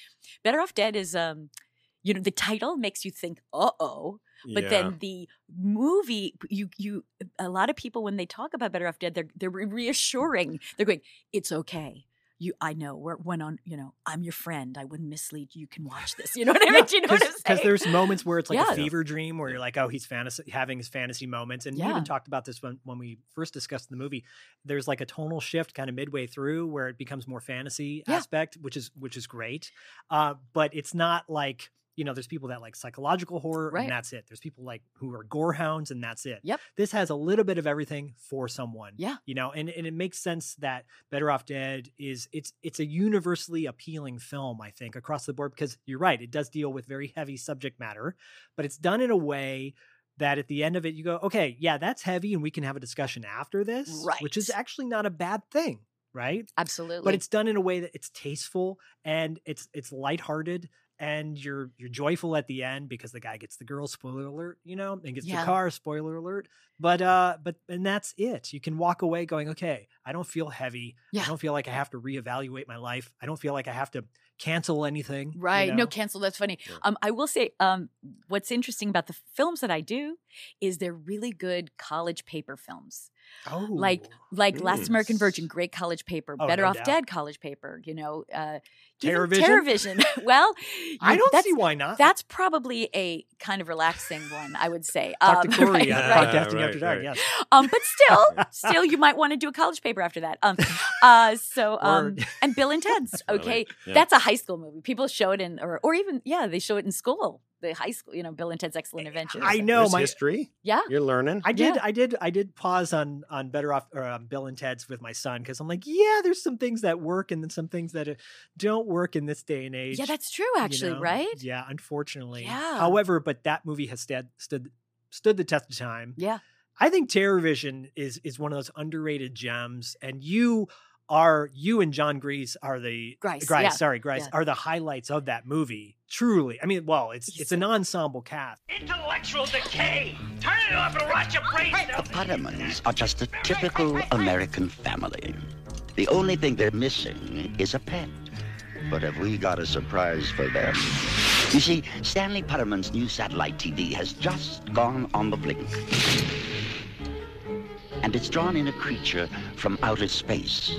C: Better Off Dead is um, you know, the title makes you think, uh oh. But
J: Yeah.
C: then the movie, you you a lot of people when they talk about Better Off Dead, they're they're re- reassuring. They're going, It's okay. You I know, we're when on, you know, I'm your friend. I wouldn't mislead you. You can watch this. *laughs* You know what I mean? Do you know what I'm saying?
F: Because there's moments where it's like
C: Yeah.
F: a fever dream where you're like, oh, he's fantasy having his fantasy moments. And we
C: Yeah.
F: even talked about this when, when we first discussed the movie. There's like a tonal shift kind of midway through where it becomes more fantasy aspect, which is which is great. Uh, but it's not like you know, there's people that like psychological horror
C: Right.
F: and that's it. There's people like who are gore hounds and that's it.
C: Yep.
F: This has a little bit of everything for someone.
C: Yeah.
F: You know, and, and it makes sense that Better Off Dead is it's it's a universally appealing film, I think, across the board, because you're right, it does deal with very heavy subject matter, but it's done in a way that at the end of it you go, okay, yeah, that's heavy and we can have a discussion after this. Which is
C: Right.
F: actually not a bad thing, right?
C: Absolutely.
F: But it's done in a way that it's tasteful and it's it's lighthearted and you're you're joyful at the end because the guy gets the girl spoiler alert you know and gets
C: Yeah.
F: the car spoiler alert but uh but and that's it you can walk away going okay i don't feel heavy
C: Yeah.
F: i don't feel like i have to reevaluate my life i don't feel like i have to cancel anything you
C: Right.
F: know?
C: No, cancel. That's funny. Um, I will say um, what's interesting about the films that I do is they're really good college paper films.
F: Oh,
C: like like Last
F: Mm.
C: American Virgin, great college paper.
F: Oh,
C: Better
F: no
C: Off
F: doubt.
C: Dead, college paper. You know, uh, even
F: Terrorvision?
C: Terrorvision. *laughs* well,
F: I
C: you-
F: don't
C: that's-
F: see why not.
C: That's probably a kind of relaxing one, I would say. Um, *laughs*
F: Dr. Corey
C: uh, right,
F: on
C: right.
F: Podcasting
D: right,
F: After Dark,
D: right.
F: yes.
C: Um, but still, still, you might want to do a college paper after that.
F: *laughs*
C: Um, uh, so um,
F: Word.
C: and Bill and Ted's.
F: *laughs* Really?
C: Okay,
F: Yeah.
C: that's a high school movie. People show it in, or or even yeah, they show it in school. The high school, you know, Bill and Ted's Excellent Adventure.
F: Eh, I know
D: There's
F: my
D: history.
C: Yeah.
D: You're learning.
F: I did, I did, I did pause on on Better Off or on Bill and Ted's with my son because I'm like, yeah, there's some things that work and then some things that uh, don't work in this day and age.
C: Yeah, that's true,
F: you
C: actually,
F: know?
C: right?
F: Yeah, unfortunately.
C: Yeah.
F: However, but that movie has stood stood stood the test of time.
C: Yeah.
F: I think Terrorvision is is one of those underrated gems, and you are you and John Grease are the
C: Grice,
F: Grice
C: yeah,
F: sorry Grice
C: yeah.
F: are the highlights of that movie. Truly, I mean, well, it's it's an ensemble cast.
Q: Intellectual decay! Turn it off and watch your brain
J: The Puttermans are just a typical American family. The only thing they're missing is a pet. But have we got a surprise for them? You see, Stanley Putterman's new satellite TV has just gone on the blink. And it's drawn in a creature from outer space.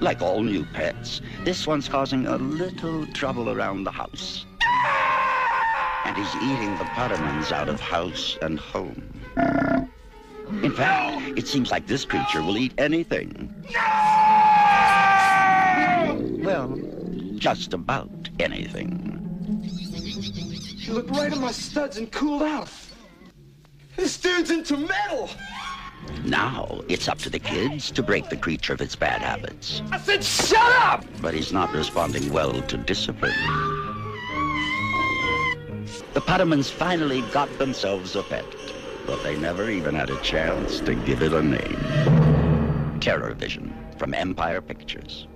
J: Like all new pets, this one's causing a little trouble around the house. And he's eating the Pottermans out of house and home. In fact, it seems like this creature will eat anything. Well, just about anything.
P: She looked right at my studs and cooled out. This dude's into metal!
J: Now, it's up to the kids to break the creature of its bad habits.
P: I said, shut up!
J: But he's not responding well to discipline. The Pottermans finally got themselves a pet, but they never even had a chance to give it a name. Terror Vision from Empire Pictures.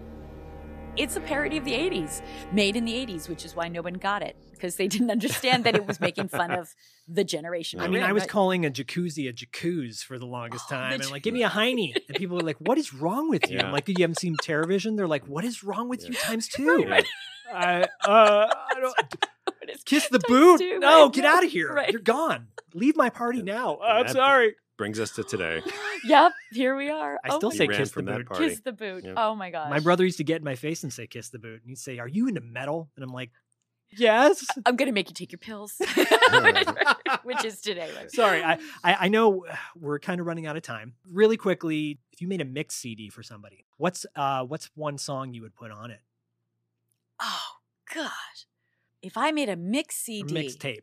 C: It's a parody of the 80s, made in the 80s, which is why no one got it because they didn't understand that it was making fun of the generation.
F: I
C: we're
F: mean,
C: in,
F: I was
C: right?
F: calling a jacuzzi a jacuzzi for the longest time, and like, give me Oh, a heiny, and people were like, "What is wrong with you?"
C: Yeah.
F: I'm like, "You haven't seen Terrorvision?" They're like, "What is wrong with you?" *laughs* Times two.
C: Right.
F: I, uh, I *laughs* don't
C: *laughs*
F: kiss the boot.
C: two,
F: no,
C: right,
F: get
C: yeah,
F: out of here.
C: right.
F: You're
C: *laughs*
F: gone. Leave my party now. I'm
D: that-
F: sorry.
D: Brings us to today.
C: Yep, here we are.
F: I still
C: my
F: say
C: God.
F: kiss the
D: from that
F: boot.
D: party.
C: Kiss the boot.
F: Yeah.
C: Oh my gosh.
F: My brother used to get in my face and say, "Kiss the boot," and he'd say, "Are you into metal?" And *laughs* I'm like, "Yes."
C: I'm gonna make you take your
F: *laughs*
C: pills, *laughs* which is today. Right? *laughs*
F: Sorry, I, I I know we're kind of running out of time. Really quickly, if you made a mix CD for somebody, what's uh what's one song you would put on it?
C: Oh, gosh, if I made a mix
F: Or
C: CD,
F: Mixtape.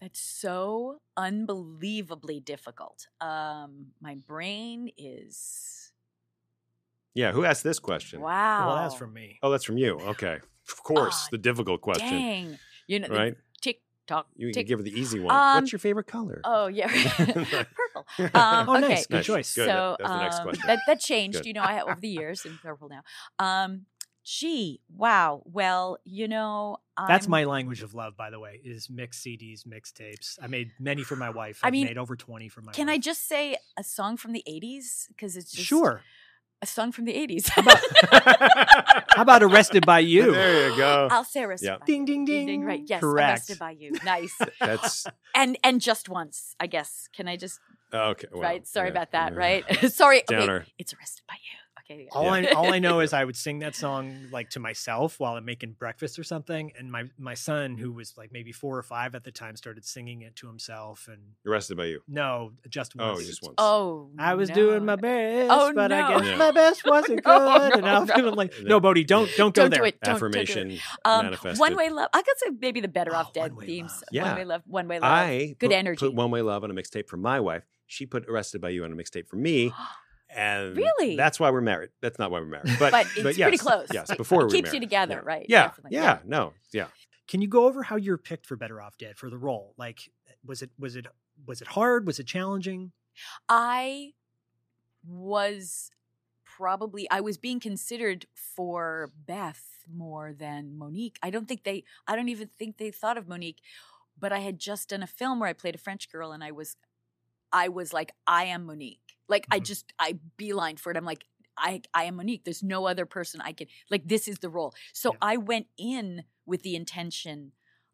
C: that's so unbelievably difficult. Um, my brain is
D: Yeah. Who asked this question?
C: Wow. Well, that's from
F: me.
D: Oh, that's from you. Okay. Of course, the difficult question.
C: dang. You know,
D: Right?
C: Tick tock.
D: You can
C: tick.
D: give her the easy one.
C: Um,
D: What's your favorite color? *laughs*
C: Oh yeah, *laughs* purple. Um,
D: Oh,
C: okay.
D: nice. Good Nice. choice. Good.
C: So
D: That- that's the next
C: um,
D: question. *laughs*
C: that that changed,
D: Good.
C: you know, I over the years in purple now. Um, gee, wow. Well, you know, Oh, I'm,
F: That's my language of love, by the way, is mix CDs, mixtapes. I made many for my wife.
C: I
F: I
C: mean,
F: made over twenty for my
C: Can
F: wife.
C: I just say a song from the '80s? Because it's just
F: Sure.
C: a song from the '80s. *laughs*
F: How about arrested by you?
D: *laughs* There you go.
C: I'll say arrested by
F: Ding ding
C: ding.
F: ding.
C: ding right. Yes,
F: Correct.
C: arrested by
F: *laughs*
C: you. Nice.
D: That's
C: and and just once, I guess. Can I just
D: okay. well,
C: right? Sorry
D: yeah,
C: about that.
D: yeah. *laughs*
C: Right? *laughs* Sorry. Okay.
D: Downer.
C: It's arrested by you. okay.
F: All I all I
C: *laughs*
D: *laughs*
F: know is I would sing that song like to myself while I'm making breakfast or something, and my my son, who was like maybe four or five at the time, started singing it to himself. And
D: Arrested by you.
F: no, just
D: Oh,
F: once.
D: just once.
C: Oh,
F: I was
C: no.
F: doing my best,
C: Oh,
F: but I
C: no. Oh,
F: guess my
C: *laughs*
F: best wasn't good
C: No, no,
F: enough. And
C: no.
F: I'm like,
D: *laughs*
F: no, Bodie, don't don't go
C: Don't do
F: there.
C: it, don't- don't do it.
D: Affirmation
C: Um,
D: manifested.
C: one way love. I could say maybe the better off dead themes.
D: Yeah.
C: Ah, One way love. One way love.
D: I
C: Good
D: put,
C: energy.
D: put One Way Love on a mixtape for my wife. She put Arrested by You on a mixtape for me. And
C: Really?
D: That's why we're married. That's not why we're
C: *laughs*
D: married. But,
C: but, it's
D: yes,
C: pretty close.
D: Yes,
C: Like,
D: before
C: it
D: we
C: keeps
D: were
C: you
D: married.
C: together, right?
D: Yeah.
C: Definitely.
D: Yeah. No. Yeah.
F: Can you go over how you were picked for Better Off Dead for the role? Like, was it was it was it hard? Was it challenging?
C: *gasps* I was probably I was being considered for Beth more than Monique. I don't think they I don't even think they thought of Monique, but I had just done a film where I played a French girl and I was I was like I am Monique. Like I just I beeline for it. I'm like I I am Monique. There's no other person I can like this is the role. So I went in with the intention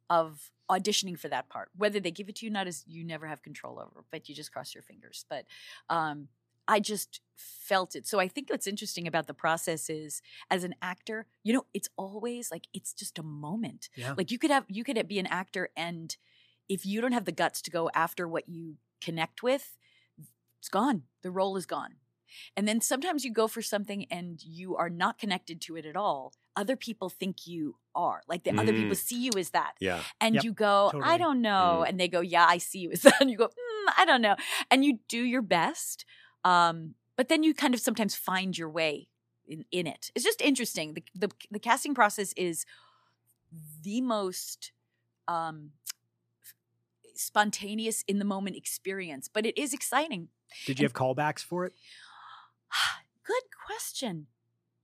C: of auditioning for that part. Whether they give it to you or not is you never have control over, but you just cross your fingers. But um, I just felt it. So I think what's interesting about the process is as an actor, you know, it's always like it's just a moment.
Q: Yeah.
C: Like you could have you could be an actor and if you don't have the guts to go after what you connect with, it's gone. The role is gone. And then sometimes you go for something and you are not connected to it at all. Other people think you are. Like the other people
Q: Mm.
C: see you as that.
Q: Yeah.
C: And
Q: Yep,
C: you go, I
Q: totally.
C: don't know.
Q: Mm.
C: And they go, Yeah, I see you *laughs* as that. And you go, mm, I don't know. And you do your best. Um, but then you kind of sometimes find your way in, in it. It's just interesting. The, the, the casting process is the most um, spontaneous in the moment experience, but it is exciting.
F: Did you have callbacks for it?
C: *sighs* Good question.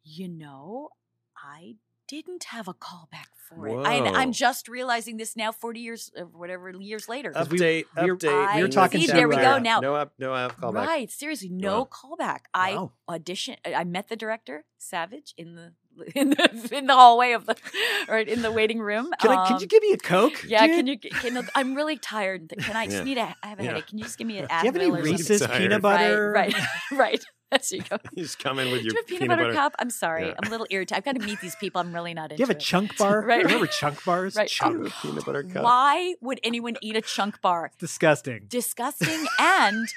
C: You know, I didn't have a callback for it. I,
D: Whoa.
C: I'm just realizing this now, 40 years, uh, whatever years later.
D: 'Cause we- Update,
F: we were-
D: update.
F: we were I talking
C: see, to, there we go uh, now.
D: No, up, no, up, call back.
C: Right, seriously, no callback. I
D: Wow.
C: auditioned. I met the director, Savage, in the *laughs* in the in the hallway of the *laughs* right in the waiting room.
F: Can I? Can
C: Um,
F: you give me a coke?
C: Yeah,
F: dude?
C: can you? Can I'm really tired. Can I just
F: Yeah.
C: need a? I have a
D: Yeah.
C: headache. Can you just give me an
F: Do you have any
C: Advil or something?
F: Reese's
D: tired.
F: peanut
D: Right,
F: butter?
C: Right, *laughs* right, right. That's you go.
D: *laughs* He's coming with
C: *laughs* Do
D: your
C: you have peanut, butter, cup? I'm sorry.
D: Yeah.
C: I'm a
F: *laughs*
C: little irritated. I've got to meet these people. I'm really not
F: Do
C: into
F: you have a
C: it. *laughs*
F: chunk bar?
C: Right,
F: Remember
C: right.
F: chunk bars?
C: Right.
F: Chunk.
C: *laughs*
D: Peanut butter cup.
C: Why would anyone eat a chunk bar?
F: Disgusting. *laughs*
C: Disgusting and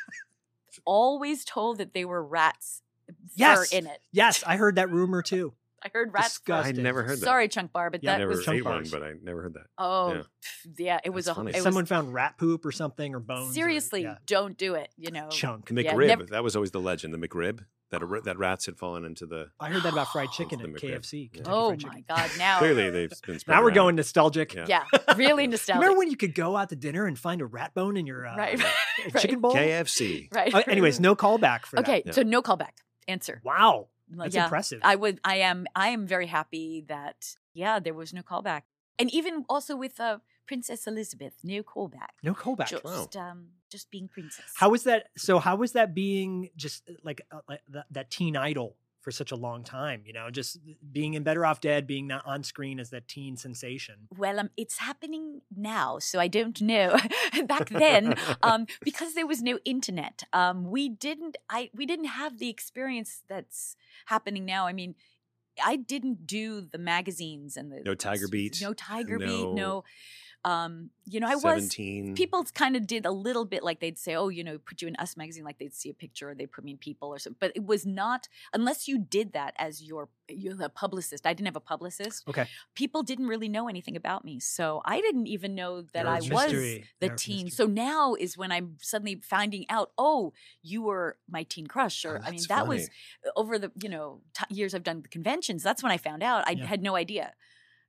C: always told that they were rats fur
F: Yes.
C: in it.
F: Yes, I heard that rumor too.
C: I heard rats fur.
D: I never heard that.
C: Sorry, chunk bar, but
D: I
C: that
D: never
C: was
D: ate one, but I never heard that.
C: Oh,
D: Yeah.
C: pff, yeah. it was
D: That's
C: a
D: funny.
C: it was-
F: Someone found rat poop or something or bones. or-
C: seriously Oh.
F: yeah.
C: don't do it, you know.
F: Chunk.
C: Yeah,
D: McRib.
C: never-
D: that was always the legend. The McRib that a, ra- that rats had fallen into the.
F: I heard that about fried chicken at
D: McRib.
F: KFC. Kentucky
C: oh
F: Fried Chicken.
C: my god, now
D: Clearly, they've been. spread
F: Now we're
D: around.
F: going nostalgic.
C: yeah, really nostalgic.
F: *laughs* Remember when you could go out to dinner and find a rat bone in your uh, *laughs*
C: right. *laughs*
F: chicken bowl?
D: KFC.
C: Right.
F: Uh, anyways, no callback for
C: okay,
F: that.
C: so no callback. Answer.
F: Wow.
C: Like,
F: That's
C: yeah,
F: impressive.
C: I would. I am. I am very happy that yeah, there was no callback, and even also with uh, Princess Elizabeth, no callback.
F: No callback.
D: oh.
C: Just um, just being princess.
F: How was that? So how was that being just uh, like, uh, like that, that teen idol for such a long time? You know, just uh, being in Better Off Dead, being not on screen as that teen sensation.
C: well, um, it's happening now, so I don't know. *laughs* Back then,
D: *laughs*
C: um, because there was no internet, um, we didn't. I we didn't have the experience that's happening now. I mean, I didn't do the magazines and the
D: No Tiger Beat.
C: no Tiger Beat,
D: No.
C: no. Um, you know, I
D: Seventeen.
F: Mm.
C: was people kind of did a little bit like they'd say, oh, you know, put you in Us magazine, like they'd see a picture or they put me in People or something. But it was not unless you did that as your you're a publicist. I didn't have a publicist
F: Okay.
C: people didn't really know anything about me. So I didn't even know that
F: There
C: I
F: was
C: was
F: mystery.
C: the
F: There was
C: teen. So now is when I'm suddenly finding out, oh, you were my teen crush.
F: Oh,
C: Or, I mean,
Q: that's
C: that was
Q: funny.
C: over the, you know, t- years I've done the conventions. That's when I found out. I
Q: Yeah.
C: had no idea.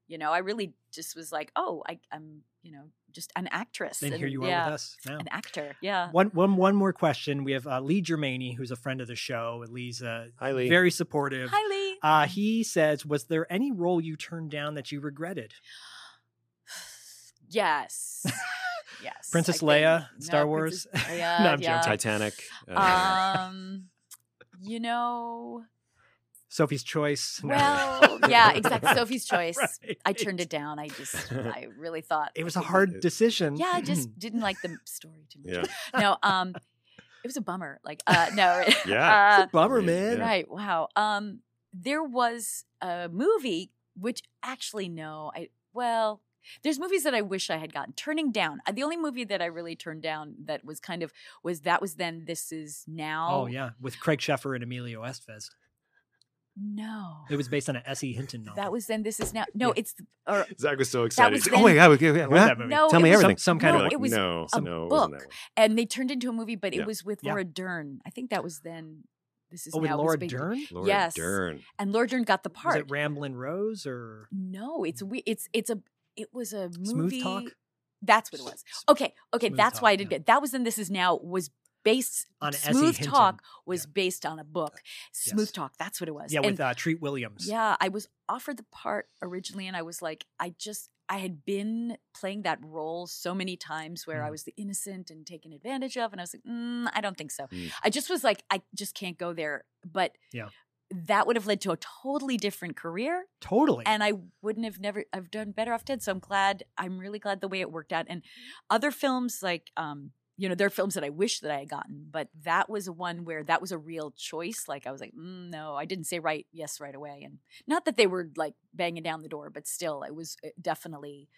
C: You know, I really just was like, oh, I, I'm, you know, just an actress.
F: Then here you are with us now.
C: An actor. Yeah.
F: One, one, one more question. We have uh, Lee Germani, who's a friend of the show. Lee's uh,
D: Hi, Lee.
F: very supportive.
C: Hi, Lee.
F: Uh, he says, "Was there any role you turned down that you regretted?" *laughs*
C: Yes. yes.
F: Princess
C: I think-
F: Leia, Star
C: No,
F: Wars.
C: Princess- yeah,
F: *laughs* No, I'm joking.
C: yeah.
D: Titanic. Uh,
C: Um, you know,
F: Sophie's Choice. No. *laughs*
C: Well, yeah, exactly. Sophie's choice.
F: Right.
C: I turned it down. I just, I really thought
F: It was a hard
C: *laughs*
F: decision. *clears throat*
C: Yeah, I just didn't like the story too much.
D: yeah.
C: No, um, It was a bummer. Like, uh, no.
F: *laughs*
D: Yeah.
C: Uh,
D: It's a bummer, man. Yeah.
C: Right. Wow. Um, there was a movie which actually no, I well, there's movies that I wish I had gotten. Turning down. Uh, The only movie that I really turned down that was kind of was that was then. This is now.
F: Oh yeah, with Craig Sheffer and Emilio Estevez.
C: No.
F: It was based on an S.E. Hinton novel.
C: That was then. This is now. No, it's the- or
D: Zach was so
C: uh, That
D: excited.
C: was
D: He's like, oh my
C: then-
D: god, okay, yeah, what?
C: No,
D: tell
C: it
D: me
C: was-
D: everything.
F: some kind
C: no,
D: You're like,
C: it was
D: no,
C: a
D: no, it
C: book,
D: wasn't that one.
C: and they turned into a movie. But it
D: Yeah.
C: was with
D: Yeah.
C: Laura Dern. I think that was then. This is
F: Oh, with
C: now was
F: Laura
C: big-
F: Dern?
D: Laura
C: yes,
D: Dern.
C: and Laura Dern got the
F: Was
C: part.
F: it Ramblin' Rose or
C: No, it's we. It's it's a. It was a movie.
F: Smooth Talk?
C: That's what it was. Oh, Okay, okay,
F: Smooth
C: that's
F: Talk,
C: why I didn't get. That was in This Is Now was based
F: On S.E.
C: Smooth
F: Hinton.
C: Talk was based on a book. Smooth Talk. That's what it was.
F: yeah
C: And-
F: with uh, Treat Williams?
C: yeah, I was offered the part originally, and I was like, I just, I had been playing that role so many times where
F: Mm.
C: I was the innocent and taken advantage of, and I was like, mm, I don't think so.
Q: Mm.
C: I just was like, I just can't go there. But
F: Yeah.
C: that would have led to a totally different career.
F: Totally.
C: And I wouldn't have never I've done better off dead. So I'm glad I'm really glad the way it worked out. And other films like um, you know, there are films that I wish that I had gotten, but that was one where that was a real choice. Like I was like, mm, no, I didn't say right yes right away. And not that they were like banging down the door, but still it was uh, definitely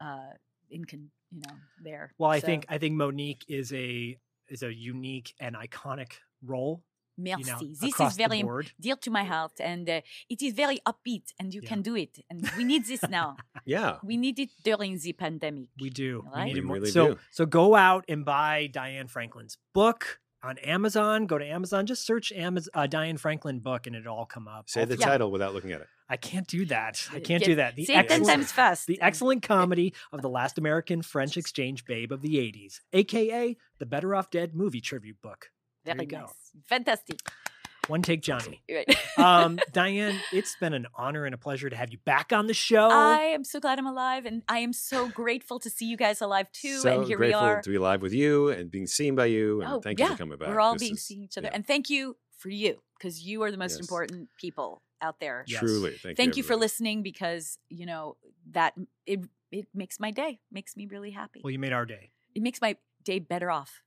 C: uh in con- you know, there.
F: Well, I
C: So-
F: think I think Monique is a is a unique and iconic role. you know,
C: Merci. this
F: across
C: is
F: the
C: very im-
F: board.
C: dear to my heart, and uh, it is very upbeat, and you can do it. And we need this
F: *laughs*
C: now.
D: Yeah.
C: we need it during the pandemic.
F: We do.
C: Right?
F: need
C: We
F: it more.
D: really
F: so
D: do.
F: so go out and buy Diane Franklin's book on Amazon. Go to Amazon. Just search Amazon uh, Diane Franklin book, and it'll all come up.
D: Say
F: All
D: the
F: three-
D: title without looking at it.
F: I can't do that. I can't
C: Yeah,
F: do that. The
C: say it ten
F: excellent-
C: times fast. *laughs*
F: The excellent comedy of the last American French exchange babe of the '80s, aka the Better Off Dead movie tribute book.
C: Very
F: you go.
C: nice. Fantastic.
F: One take, Johnny.
C: Right.
D: *laughs*
C: *laughs*
F: um, Diane, it's been an honor and a pleasure to have you back on the show.
C: I am so glad I'm alive, and I am so grateful to see you guys alive too.
D: so
C: and here we
D: grateful
C: are. Oh,
D: to be live with you and being seen by you. And thank you for coming back.
C: We're all
D: This
C: being
D: is
C: seeing each other, and thank you for you because you are the most
D: Yes.
C: important people out there.
D: Yes. Truly. Thank you,
C: you for
D: everybody.
C: listening because you know that it it makes my day, makes me really happy.
F: Well, you made our day.
C: it makes my day better off.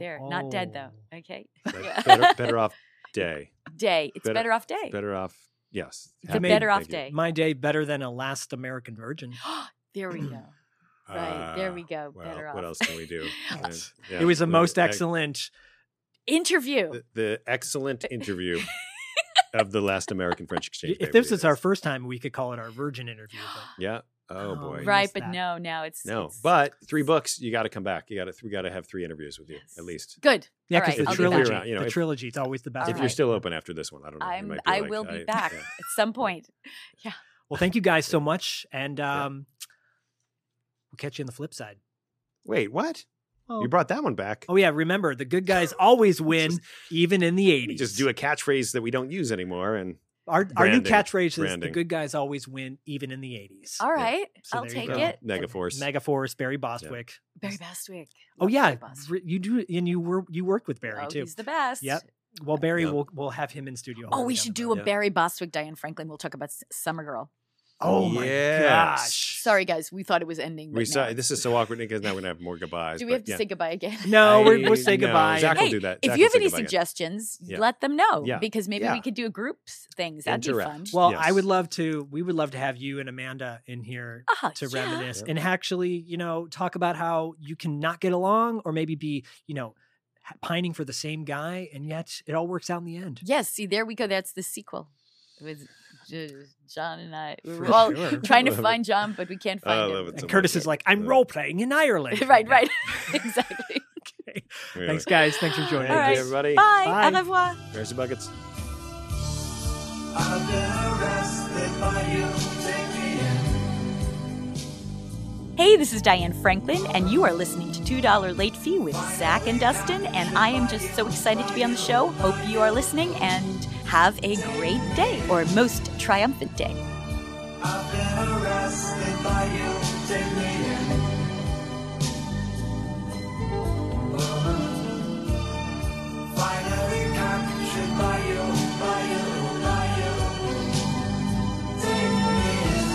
C: There, not dead though.
F: Oh.
C: Okay. *laughs* Yeah.
D: Oh. better, better off day.
C: Day. It's better off day.
D: Better off. Yes.
C: It's a
D: Happy-
C: better off
D: thank you.
C: day.
F: My day better than a last American Virgin.
C: *gasps* There
D: *clears throat*
C: we go. Right. there we go.
D: Uh, Ah, well,
C: better off.
D: What else can we do? And, yeah,
F: it was the most
D: ex-
F: excellent.
C: *laughs* Interview.
D: The, the excellent
C: *laughs*
D: interview of the last American French Exchange.
F: If
D: Babe.
F: this is our first time, we could call it our Virgin interview.
D: *gasps*
F: But
D: Yeah. Oh, boy.
C: right, but no, now it's
D: No,
C: it's
D: but three books. You got to come back. You got to. We got to have three interviews with you at least.
C: good. All
F: yeah, because
C: right,
F: the
C: I'll be back.
F: trilogy,
D: around, you know,
F: the
D: if-
F: trilogy, it's always the best.
D: if
C: All
D: you're
C: right.
D: still open after this one, I don't know. you
C: I'm,
D: might be
C: I
D: like,
C: will be
D: I- *laughs*
C: back *laughs*
D: yeah.
C: at some point. Yeah.
F: Well, thank you guys so much, and um, we'll catch you on the flip side.
D: Wait, what?
F: Well-
D: you brought that one back.
F: Oh yeah, remember the good
D: *laughs*
F: guys always win, even in the '80s.
D: Just do a catchphrase that we don't use anymore, and
F: Our, our new
D: Branding.
F: catchphrase is "The
D: Branding.
F: good guys always win, even in the '80s."
C: All right. I'll
F: there you
C: take
F: go.
C: it.
D: Megaforce.
F: Megaforce, Barry Bostwick.
C: Barry Bastwick.
F: Oh yeah, re- you do, and you were you worked with Barry
C: Oh,
F: too.
C: he's the best.
F: Yep. Well, Barry, we'll we'll have him in studio.
C: Oh,
F: when
C: we
F: come
C: should
F: back.
C: do a Barry Bostwick, Diane Franklin. We'll talk about S- Summer Girl.
F: Oh my
D: Yes.
F: gosh.
C: Sorry, guys. We thought it was ending. But
D: we
C: no.
D: saw, this is so awkward because now we're gonna have more goodbyes.
C: do we
D: but
C: have to
D: yeah.
C: say goodbye again?
F: No, we're,
D: I-
F: we'll say
D: no,
F: goodbye.
D: Zach will
C: Hey,
D: do that.
C: If
D: Zach
C: you
D: will
C: have
D: say
C: any
D: goodbye again.
C: suggestions,
D: Yeah.
C: let them know
D: Yeah.
C: because maybe we
D: Yeah.
C: could do a groups things. That'd
D: Interact.
C: be fun.
F: Well,
D: Yes.
F: I would love to. We would love to have you and Amanda in here
C: Ah, *laughs*
F: to
C: yeah.
F: reminisce and actually, you know, talk about how you can not get along or maybe be, you know, ha- pining for the same guy, and yet it all works out in the end.
C: Yes, see, there we go. That's the sequel. With J- John and I, we were
F: For
C: all
F: sure.
C: trying to
F: Love it.
C: find John, but we can't
D: I
C: find
D: love
C: him.
D: it so
F: and Curtis
D: much.
F: is like, I'm role playing in Ireland.
C: *laughs* right,
F: *laughs*
C: right, exactly.
D: Really.
F: Thanks, guys. Thanks for joining.
C: All
F: us.
C: right,
D: everybody.
C: Bye. Au revoir.
D: There's your buckets.
C: Hey, this is Diane Franklin, and you are listening to $2 Late Fee with Zach and Dustin. And I am just so excited to be on the show. Hope you are listening and have a great day or most triumphant day.
Q: I've been arrested by you, take me in. Finally captured by you, by you, by you. Take me in.